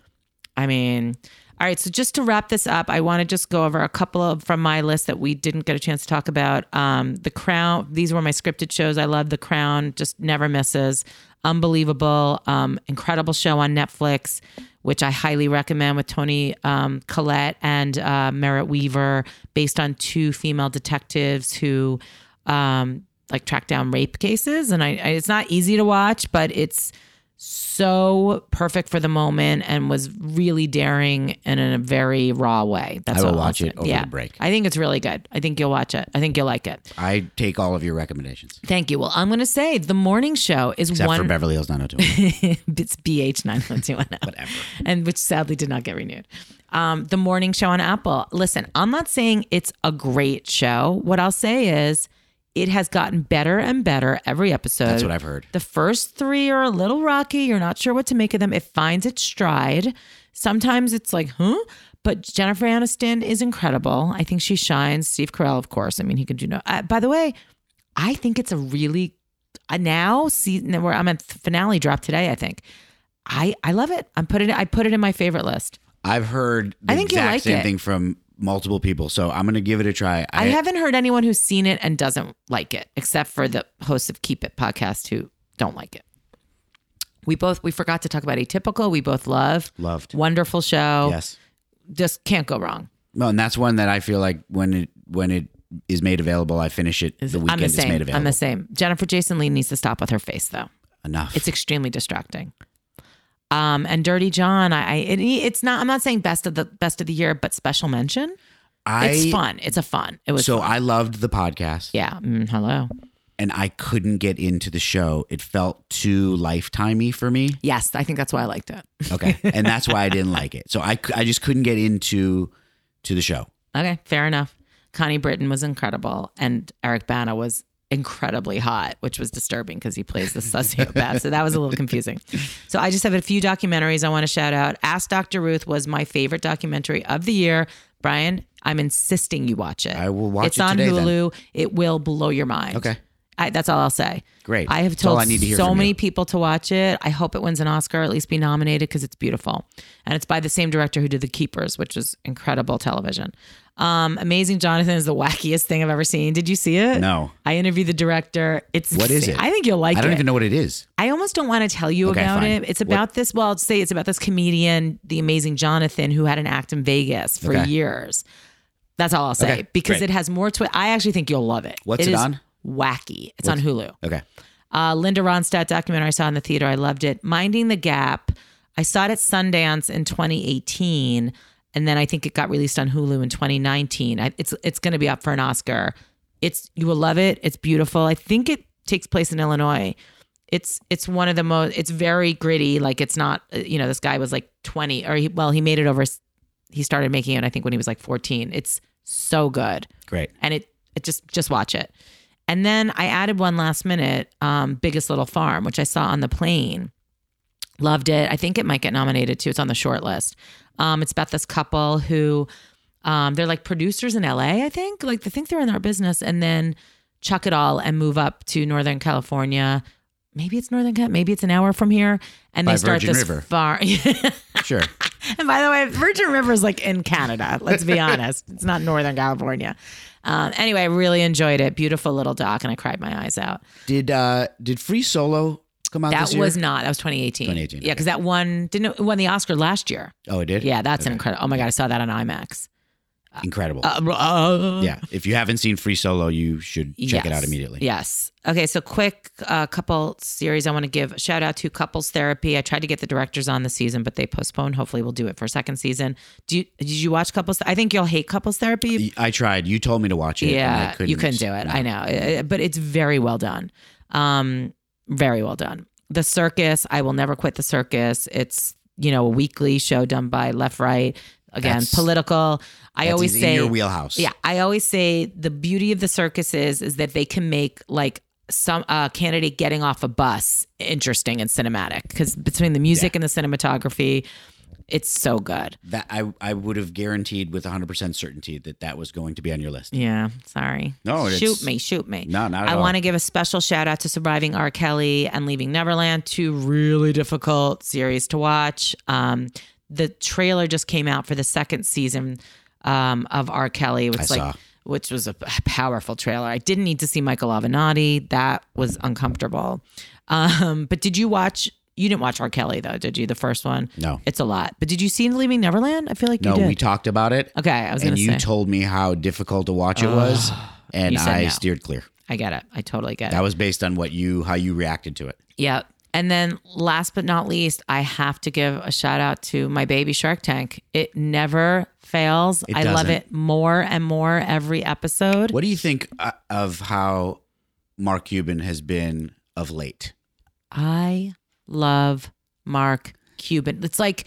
Speaker 1: I mean, all right. So just to wrap this up, I want to just go over a couple of from my list that we didn't get a chance to talk about. Um, the Crown. These were my scripted shows. I love The Crown. Just never misses. Unbelievable. Um, incredible show on Netflix, which I highly recommend with Tony um, Collette and uh, Merritt Weaver, based on two female detectives who. Um, like track down rape cases and I, I it's not easy to watch but it's so perfect for the moment and was really daring and in a very raw way. That's
Speaker 2: I will
Speaker 1: all I'll
Speaker 2: watch
Speaker 1: say.
Speaker 2: it over
Speaker 1: yeah.
Speaker 2: the break.
Speaker 1: I think it's really good. I think you'll watch it. I think you'll like it.
Speaker 2: I take all of your recommendations
Speaker 1: Thank you. Well, I'm going to say the morning show is
Speaker 2: except
Speaker 1: one.
Speaker 2: for Beverly Hills 90210.
Speaker 1: <laughs> it's BH nine one
Speaker 2: <laughs>
Speaker 1: two one zero. Whatever. And which sadly did not get renewed. Um, the morning show on Apple. Listen, I'm not saying it's a great show. What I'll say is It has gotten better and better every episode.
Speaker 2: That's what I've heard.
Speaker 1: The first three are a little rocky. You're not sure what to make of them. It finds its stride. Sometimes it's like, huh? But Jennifer Aniston is incredible. I think she shines. Steve Carell, of course. I mean, he can do no. Uh, by the way, I think it's a really uh, now season where I'm at the finale drop today. I think I I love it. I'm putting it. I put it in my favorite list.
Speaker 2: I've heard the
Speaker 1: I think you'll
Speaker 2: exact
Speaker 1: like
Speaker 2: same
Speaker 1: it.
Speaker 2: thing from multiple people. So I'm gonna give it a try.
Speaker 1: I, haven't heard anyone who's seen it and doesn't like it, except for the hosts of Keep It podcast who don't like it. We both we forgot to talk about Atypical. We both love
Speaker 2: loved.
Speaker 1: wonderful show.
Speaker 2: Yes.
Speaker 1: Just can't go wrong.
Speaker 2: Well, and that's one that I feel like when it when it is made available, I finish it the weekend
Speaker 1: I'm the
Speaker 2: it's made
Speaker 1: same.
Speaker 2: available.
Speaker 1: I'm the same. Jennifer Jason Lee needs to stop with her face though.
Speaker 2: Enough.
Speaker 1: It's extremely distracting. Um, and Dirty John, I, I it, it's not. I'm not saying best of the best of the year, but special mention.
Speaker 2: I,
Speaker 1: it's fun. It's a fun. It was
Speaker 2: So
Speaker 1: fun.
Speaker 2: I loved the podcast.
Speaker 1: yeah. Mm, hello.
Speaker 2: and I couldn't get into the show. It felt too lifetimey for me.
Speaker 1: Yes, I think that's why I liked it. <laughs>
Speaker 2: Okay, and that's why I didn't like it. So I, cou- I just couldn't get into to the show.
Speaker 1: Okay, fair enough. Connie Britton was incredible, and Eric Bana was incredibly hot, which was disturbing because he plays the sociopath. so that was a little
Speaker 2: <laughs>
Speaker 1: confusing. So I just have a few documentaries I want to shout out. Ask Dr. Ruth was my favorite documentary of the year. Brian, I'm insisting you watch it.
Speaker 2: I will watch
Speaker 1: it's
Speaker 2: it
Speaker 1: on
Speaker 2: today, then.
Speaker 1: Hulu. It will blow your mind.
Speaker 2: Okay.
Speaker 1: I, that's all I'll say.
Speaker 2: Great.
Speaker 1: I have
Speaker 2: That's all
Speaker 1: told
Speaker 2: I need to hear
Speaker 1: so
Speaker 2: from
Speaker 1: many
Speaker 2: you.
Speaker 1: people to watch it. I hope it wins an Oscar, at least be nominated because it's beautiful. And it's by the same director who did The Keepers, which is incredible television. Um, Amazing Jonathan is the <laughs> wackiest thing I've ever seen. Did you see it?
Speaker 2: No.
Speaker 1: I interviewed the director. It's
Speaker 2: What is
Speaker 1: insane.
Speaker 2: it?
Speaker 1: I think you'll like
Speaker 2: I don't
Speaker 1: it.
Speaker 2: even know what it is.
Speaker 1: I almost don't want to tell you
Speaker 2: Okay,
Speaker 1: about
Speaker 2: fine.
Speaker 1: it. It's about this. Well, I'll say it's about this comedian, the amazing Jonathan, who had an act in Vegas for
Speaker 2: Okay.
Speaker 1: years. That's all I'll say
Speaker 2: Okay,
Speaker 1: because
Speaker 2: great.
Speaker 1: it has more to it. I actually think you'll love it.
Speaker 2: What's it
Speaker 1: is
Speaker 2: on?
Speaker 1: Wacky. It's on Hulu.
Speaker 2: Okay,
Speaker 1: Uh, Linda Ronstadt documentary I saw in the theater. I loved it. Minding the Gap. I saw it at Sundance in 2018, and then I think it got released on Hulu in 2019. I, it's it's going to be up for an Oscar. It's you will love it. It's beautiful. I think it takes place in Illinois. It's it's one of the most. It's very gritty. Like it's not. uh, You know, this guy was like 20, or he, well, he made it over. s- He started making it, I think, when he was like 14. It's so good
Speaker 2: great.
Speaker 1: and it, it just just watch it. And then I added one last minute, um, Biggest Little Farm, which I saw on the plane. Loved it. I think it might get nominated too. It's on the short list. Um, it's about this couple who um, they're like producers in LA, I think. Like they think they're in our business and then chuck it all and move up to Northern California. Maybe it's Northern Cal, maybe it's an hour from here. And
Speaker 2: By
Speaker 1: they start
Speaker 2: Virgin
Speaker 1: this
Speaker 2: River.
Speaker 1: <laughs> farm. <laughs>
Speaker 2: Sure.
Speaker 1: And by the way, Virgin River is like in Canada. Let's
Speaker 2: <laughs>
Speaker 1: be honest, it's not Northern California. Um, anyway, I really enjoyed it. Beautiful little doc, and I cried my eyes out.
Speaker 2: did uh did Free Solo come out
Speaker 1: That
Speaker 2: Oh, this year?
Speaker 1: was not. That was 2018.
Speaker 2: 2018,
Speaker 1: Yeah, because that won didn't it won the Oscar last year.
Speaker 2: oh, it did.
Speaker 1: Yeah, that's an incredible. Oh my god, I saw that on IMAX.
Speaker 2: incredible.
Speaker 1: Uh, uh,
Speaker 2: yeah. If you haven't seen Free Solo, you should check it
Speaker 1: Yes.
Speaker 2: out immediately.
Speaker 1: Yes. Okay. So, quick uh, couple series I want to give a shout out to Couples Therapy. I tried to get the directors on this season, but they postponed. Hopefully, we'll do it for a second season. Do you, did you watch Couples? I think you'll hate Couples Therapy.
Speaker 2: I tried. You told me to watch it. and I
Speaker 1: Yeah,
Speaker 2: couldn't,
Speaker 1: you couldn't do it. I know, Uh, but it's very well done. Um, very well done. The circus. I will never quit the circus. It's you know a weekly show done by Left Right. Again,
Speaker 2: That's-
Speaker 1: political. I
Speaker 2: That's
Speaker 1: always
Speaker 2: in
Speaker 1: say
Speaker 2: your wheelhouse.
Speaker 1: yeah, I always say the beauty of the circus is is that they can make like some uh, candidate getting off a bus interesting and cinematic because between the music and the cinematography, it's so good.
Speaker 2: That I I would have guaranteed with 100% certainty that that was going to be on your list.
Speaker 1: Yeah, sorry.
Speaker 2: No, it's-
Speaker 1: shoot me, shoot me.
Speaker 2: No, not at
Speaker 1: I
Speaker 2: all.
Speaker 1: want to give a special shout out to Surviving R. Kelly and Leaving Neverland, two really difficult series to watch. Um, the trailer just came out for the second season um, of R. Kelly, which like
Speaker 2: saw.
Speaker 1: which was a p- powerful trailer. I didn't need to see Michael Avenatti; that was uncomfortable. Um, but did you watch? You didn't watch R. Kelly though, did you? The first one?
Speaker 2: No.
Speaker 1: It's a lot. But did you see Leaving Neverland? I feel like
Speaker 2: No,
Speaker 1: you did.
Speaker 2: we talked about it.
Speaker 1: okay, I was gonna
Speaker 2: and you
Speaker 1: say
Speaker 2: told me how difficult to watch it was, and
Speaker 1: you said
Speaker 2: I
Speaker 1: no.
Speaker 2: steered clear.
Speaker 1: I get it. I totally get it.
Speaker 2: That was based on what you how you reacted to it.
Speaker 1: Yeah. And then last but not least, I have to give a shout out to my baby Shark Tank. It never fails. I love
Speaker 2: doesn't.
Speaker 1: it more and more every episode.
Speaker 2: What do you think uh, of how Mark Cuban has been of late?
Speaker 1: I love Mark Cuban. It's like,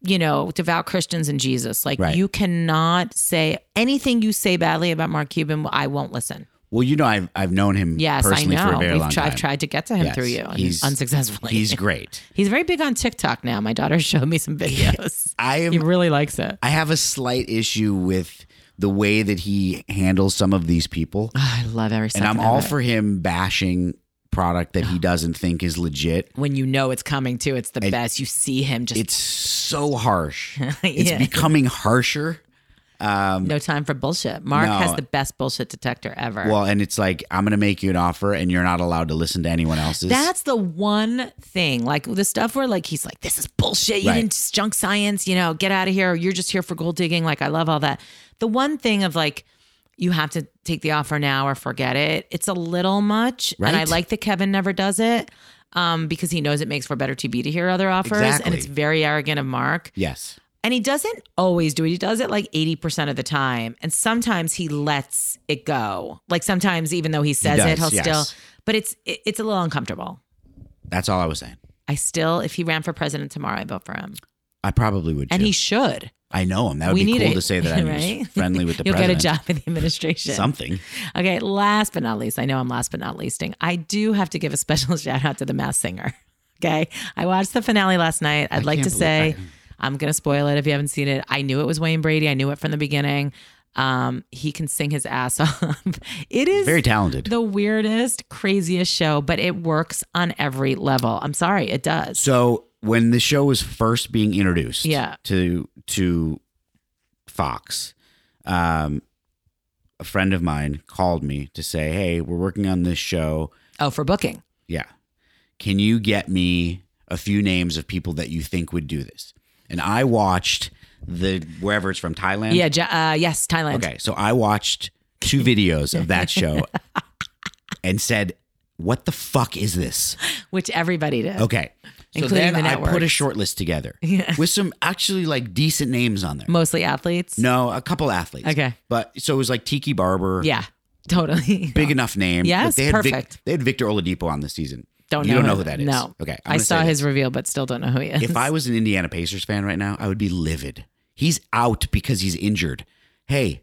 Speaker 1: you know, devout Christians and Jesus. Like
Speaker 2: Right.
Speaker 1: you cannot say anything you say badly about Mark Cuban, I won't listen.
Speaker 2: Well, you know, I've, I've known him
Speaker 1: Yes, I
Speaker 2: personally for a
Speaker 1: know.
Speaker 2: very
Speaker 1: We've
Speaker 2: long
Speaker 1: tried, I've
Speaker 2: time.
Speaker 1: tried to get to him
Speaker 2: Yes,
Speaker 1: through you and
Speaker 2: he's-
Speaker 1: unsuccessfully.
Speaker 2: He's great.
Speaker 1: <laughs> He's very big on TikTok now. My daughter showed me some
Speaker 2: <laughs>
Speaker 1: videos.
Speaker 2: I
Speaker 1: <laughs>
Speaker 2: am
Speaker 1: he really likes it.
Speaker 2: I have a slight issue with the way that he handles some of these people.
Speaker 1: Ah, <sighs> I love every
Speaker 2: And
Speaker 1: second.
Speaker 2: I'm all
Speaker 1: of it.
Speaker 2: for him bashing product that he
Speaker 1: Oh.
Speaker 2: doesn't think is legit.
Speaker 1: when you know it's coming too. It's the best. You see him just
Speaker 2: It's so harsh.
Speaker 1: <laughs>
Speaker 2: It's
Speaker 1: Yeah.
Speaker 2: becoming harsher.
Speaker 1: no time for bullshit. Mark
Speaker 2: No.
Speaker 1: has the best bullshit detector ever.
Speaker 2: Well, and it's like, I'm going to make you an offer and you're not allowed to listen to anyone else's.
Speaker 1: That's the one thing, like the stuff where like he's like, "This is bullshit. You
Speaker 2: Right.
Speaker 1: didn't just junk science. You know, get out of here. You're just here for gold digging." Like I love all that. The one thing of like, you have to take the offer now or forget it. It's a little much, and I
Speaker 2: Right.
Speaker 1: like that Kevin never does it um, because he knows it makes for better TV to hear other offers, and
Speaker 2: Exactly.
Speaker 1: it's very arrogant of Mark.
Speaker 2: yes.
Speaker 1: And he doesn't always do it. He does it like 80% of the time. And sometimes he lets it go. Like sometimes even though he says it,
Speaker 2: does,
Speaker 1: he'll
Speaker 2: yes.
Speaker 1: still but it's it, it's a little uncomfortable.
Speaker 2: That's all I was saying.
Speaker 1: I still if he ran for president tomorrow, I vote for him.
Speaker 2: I probably would too.
Speaker 1: And he should.
Speaker 2: I know him. That would
Speaker 1: we
Speaker 2: be
Speaker 1: need
Speaker 2: cool
Speaker 1: it,
Speaker 2: to say
Speaker 1: <laughs>
Speaker 2: that I'm
Speaker 1: right?
Speaker 2: friendly with the
Speaker 1: <laughs> You'll
Speaker 2: president.
Speaker 1: get a job in the administration.
Speaker 2: Something.
Speaker 1: Okay, last but not least, I know I'm last but not leasting. I do have to give a special <laughs> shout out to the mass singer. Okay. I watched the finale last night. I'd like to
Speaker 2: can't believe
Speaker 1: say
Speaker 2: that.
Speaker 1: I'm gonna spoil it if you haven't seen it. I knew it was Wayne Brady. I knew it from the beginning. Um, he can sing his ass <laughs> off. It is
Speaker 2: Very talented.
Speaker 1: the weirdest, craziest show, but it works on every level. I'm sorry, it does.
Speaker 2: So when the show was first being introduced
Speaker 1: Yeah.
Speaker 2: to to Fox, um, a friend of mine called me to say, Hey, we're working on this show.
Speaker 1: oh, for booking.
Speaker 2: Yeah. Can you get me a few names of people that you think would do this? And I watched the wherever it's from Thailand.
Speaker 1: Yeah, Ja- uh, yes, Thailand.
Speaker 2: Okay. So I watched two videos
Speaker 1: <laughs>
Speaker 2: of that show and said, What the fuck is this?
Speaker 1: Which everybody did.
Speaker 2: Okay. So
Speaker 1: Including
Speaker 2: then
Speaker 1: the
Speaker 2: I put a
Speaker 1: networks.
Speaker 2: short list together
Speaker 1: <laughs> Yeah.
Speaker 2: with some actually like decent names on there.
Speaker 1: Mostly athletes.
Speaker 2: No, a couple athletes.
Speaker 1: Okay.
Speaker 2: But so it was like Tiki Barber.
Speaker 1: Yeah, <laughs> totally.
Speaker 2: Big enough name.
Speaker 1: Yes,
Speaker 2: But they had Vic-
Speaker 1: perfect.
Speaker 2: they had Victor Oladipo on this season.
Speaker 1: Don't
Speaker 2: you
Speaker 1: know
Speaker 2: don't know
Speaker 1: him.
Speaker 2: who that is.
Speaker 1: No.
Speaker 2: Okay. I'm
Speaker 1: I
Speaker 2: gonna
Speaker 1: saw
Speaker 2: say
Speaker 1: his reveal, but still don't know who he is.
Speaker 2: this.
Speaker 1: <laughs>
Speaker 2: If I was an Indiana Pacers fan right now, I would be livid. He's out because he's injured. Hey,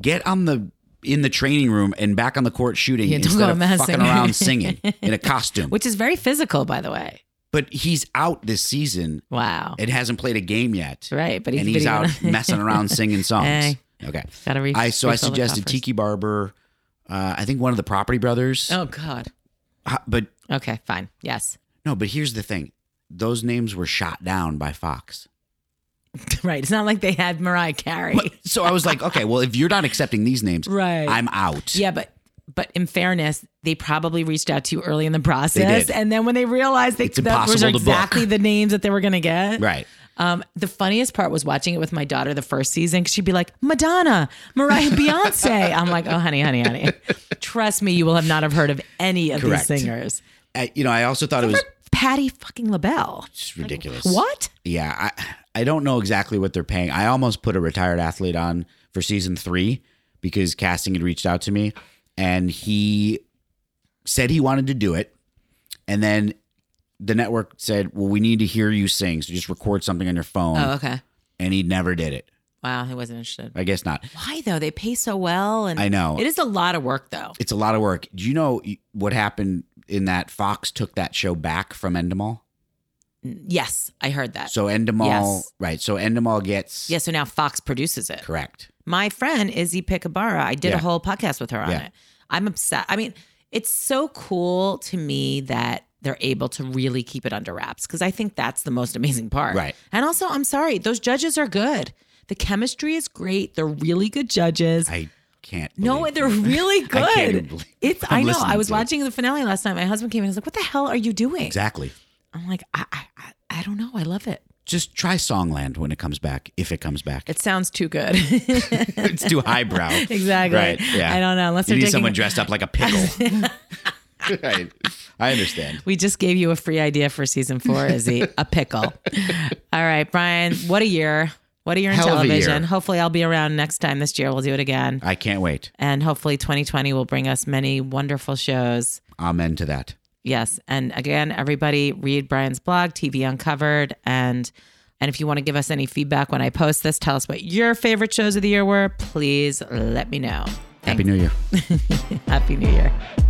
Speaker 2: get on the in the training room and back on the court shooting
Speaker 1: Yeah, don't
Speaker 2: instead
Speaker 1: go
Speaker 2: of
Speaker 1: messing.
Speaker 2: fucking around singing in
Speaker 1: <laughs>
Speaker 2: a costume.
Speaker 1: Which is very physical, by the way.
Speaker 2: but he's out this season
Speaker 1: Wow.
Speaker 2: and hasn't played a game yet.
Speaker 1: right, but he's,
Speaker 2: and he's
Speaker 1: video- <laughs>
Speaker 2: out messing around singing songs.
Speaker 1: Hey.
Speaker 2: Okay.
Speaker 1: Gotta re-
Speaker 2: I so I
Speaker 1: refill the
Speaker 2: suggested
Speaker 1: coffers.
Speaker 2: Tiki Barber. Uh, I think one of the Property Brothers.
Speaker 1: Oh God.
Speaker 2: Uh, But
Speaker 1: Okay, fine. Yes. <laughs>
Speaker 2: no, but here's the thing: those names were shot down by Fox.
Speaker 1: right. It's not like they had Mariah Carey.
Speaker 2: But- so I was like, okay, well, if you're not accepting these names,
Speaker 1: <laughs> Right.
Speaker 2: I'm out.
Speaker 1: Yeah, but but in fairness, they probably reached out to you early in the process,
Speaker 2: did.
Speaker 1: and then when they realized they
Speaker 2: It's
Speaker 1: that was
Speaker 2: impossible to book.
Speaker 1: exactly the names that they were going to get.
Speaker 2: Right.
Speaker 1: Um, the funniest part was watching it with my daughter the first season. 'cause She'd be like, Madonna,
Speaker 2: <laughs>
Speaker 1: Mariah, Beyonce. I'm like, oh, honey, honey, honey. Trust me, you will have not have heard of any of
Speaker 2: Correct.
Speaker 1: these singers.
Speaker 2: I, you know, I also thought it was
Speaker 1: Patty fucking LaBelle.
Speaker 2: just ridiculous.
Speaker 1: What?
Speaker 2: Yeah, I I don't know exactly what they're paying. I almost put a retired athlete on for season three because casting had reached out to me, and he said he wanted to do it, and then the network said, "Well, we need to hear you sing, so just record something on your phone."
Speaker 1: Oh, okay.
Speaker 2: And he never did it.
Speaker 1: Wow, he wasn't interested.
Speaker 2: I
Speaker 1: <laughs>
Speaker 2: guess not.
Speaker 1: Why though? They pay so well, and
Speaker 2: I know.
Speaker 1: it is a lot of work though.
Speaker 2: It's a lot of work. Do you know what happened in that Fox took that show back from Endemol?
Speaker 1: Yes, I heard that.
Speaker 2: So Endemol,
Speaker 1: Uh, Yes.
Speaker 2: right? So Endemol gets
Speaker 1: yeah, so now Fox produces it.
Speaker 2: correct.
Speaker 1: my friend Izzy Picabara. I did a
Speaker 2: Yeah.
Speaker 1: whole podcast with her on
Speaker 2: Yeah.
Speaker 1: it. I'm upset. I mean, it's so cool to me that they're able to really keep it under wraps because I think that's the most amazing part.
Speaker 2: Right.
Speaker 1: And also, I'm sorry, those judges are good. The chemistry is great. They're really good judges.
Speaker 2: I can't.
Speaker 1: no,
Speaker 2: believe
Speaker 1: they're
Speaker 2: <laughs>
Speaker 1: really good.
Speaker 2: I can't even believe-
Speaker 1: it's
Speaker 2: I'm
Speaker 1: I know.
Speaker 2: listening
Speaker 1: I was
Speaker 2: to it.
Speaker 1: watching the finale last night. My husband came in. He was like, "What the hell are you doing?"
Speaker 2: exactly.
Speaker 1: I'm like, I, I, I, I don't know. I love it.
Speaker 2: just try Songland when it comes back, if it comes back. <laughs>
Speaker 1: It sounds too good. <laughs>
Speaker 2: it's too <laughs> highbrow.
Speaker 1: exactly.
Speaker 2: Right. Yeah.
Speaker 1: I don't know. Unless
Speaker 2: You
Speaker 1: they're
Speaker 2: need
Speaker 1: taking-
Speaker 2: someone dressed up like a pickle. right. <laughs> I understand.
Speaker 1: We just gave you a free idea for season four, Izzy. a pickle.
Speaker 2: <laughs>
Speaker 1: All right, Brian, what a year. What a year in
Speaker 2: Hell of a
Speaker 1: television.
Speaker 2: year. Uh,
Speaker 1: Hopefully, I'll be around next time this year. We'll do it again.
Speaker 2: I can't wait.
Speaker 1: And hopefully, 2020 will bring us many wonderful shows.
Speaker 2: Amen to that.
Speaker 1: Yes. And again, everybody read Brian's blog, TV Uncovered. And and if you want to give us any feedback when I post this, tell us what your favorite shows of the year were. Please let me know. <laughs> everything.
Speaker 2: Happy New Year.
Speaker 1: Happy New Year.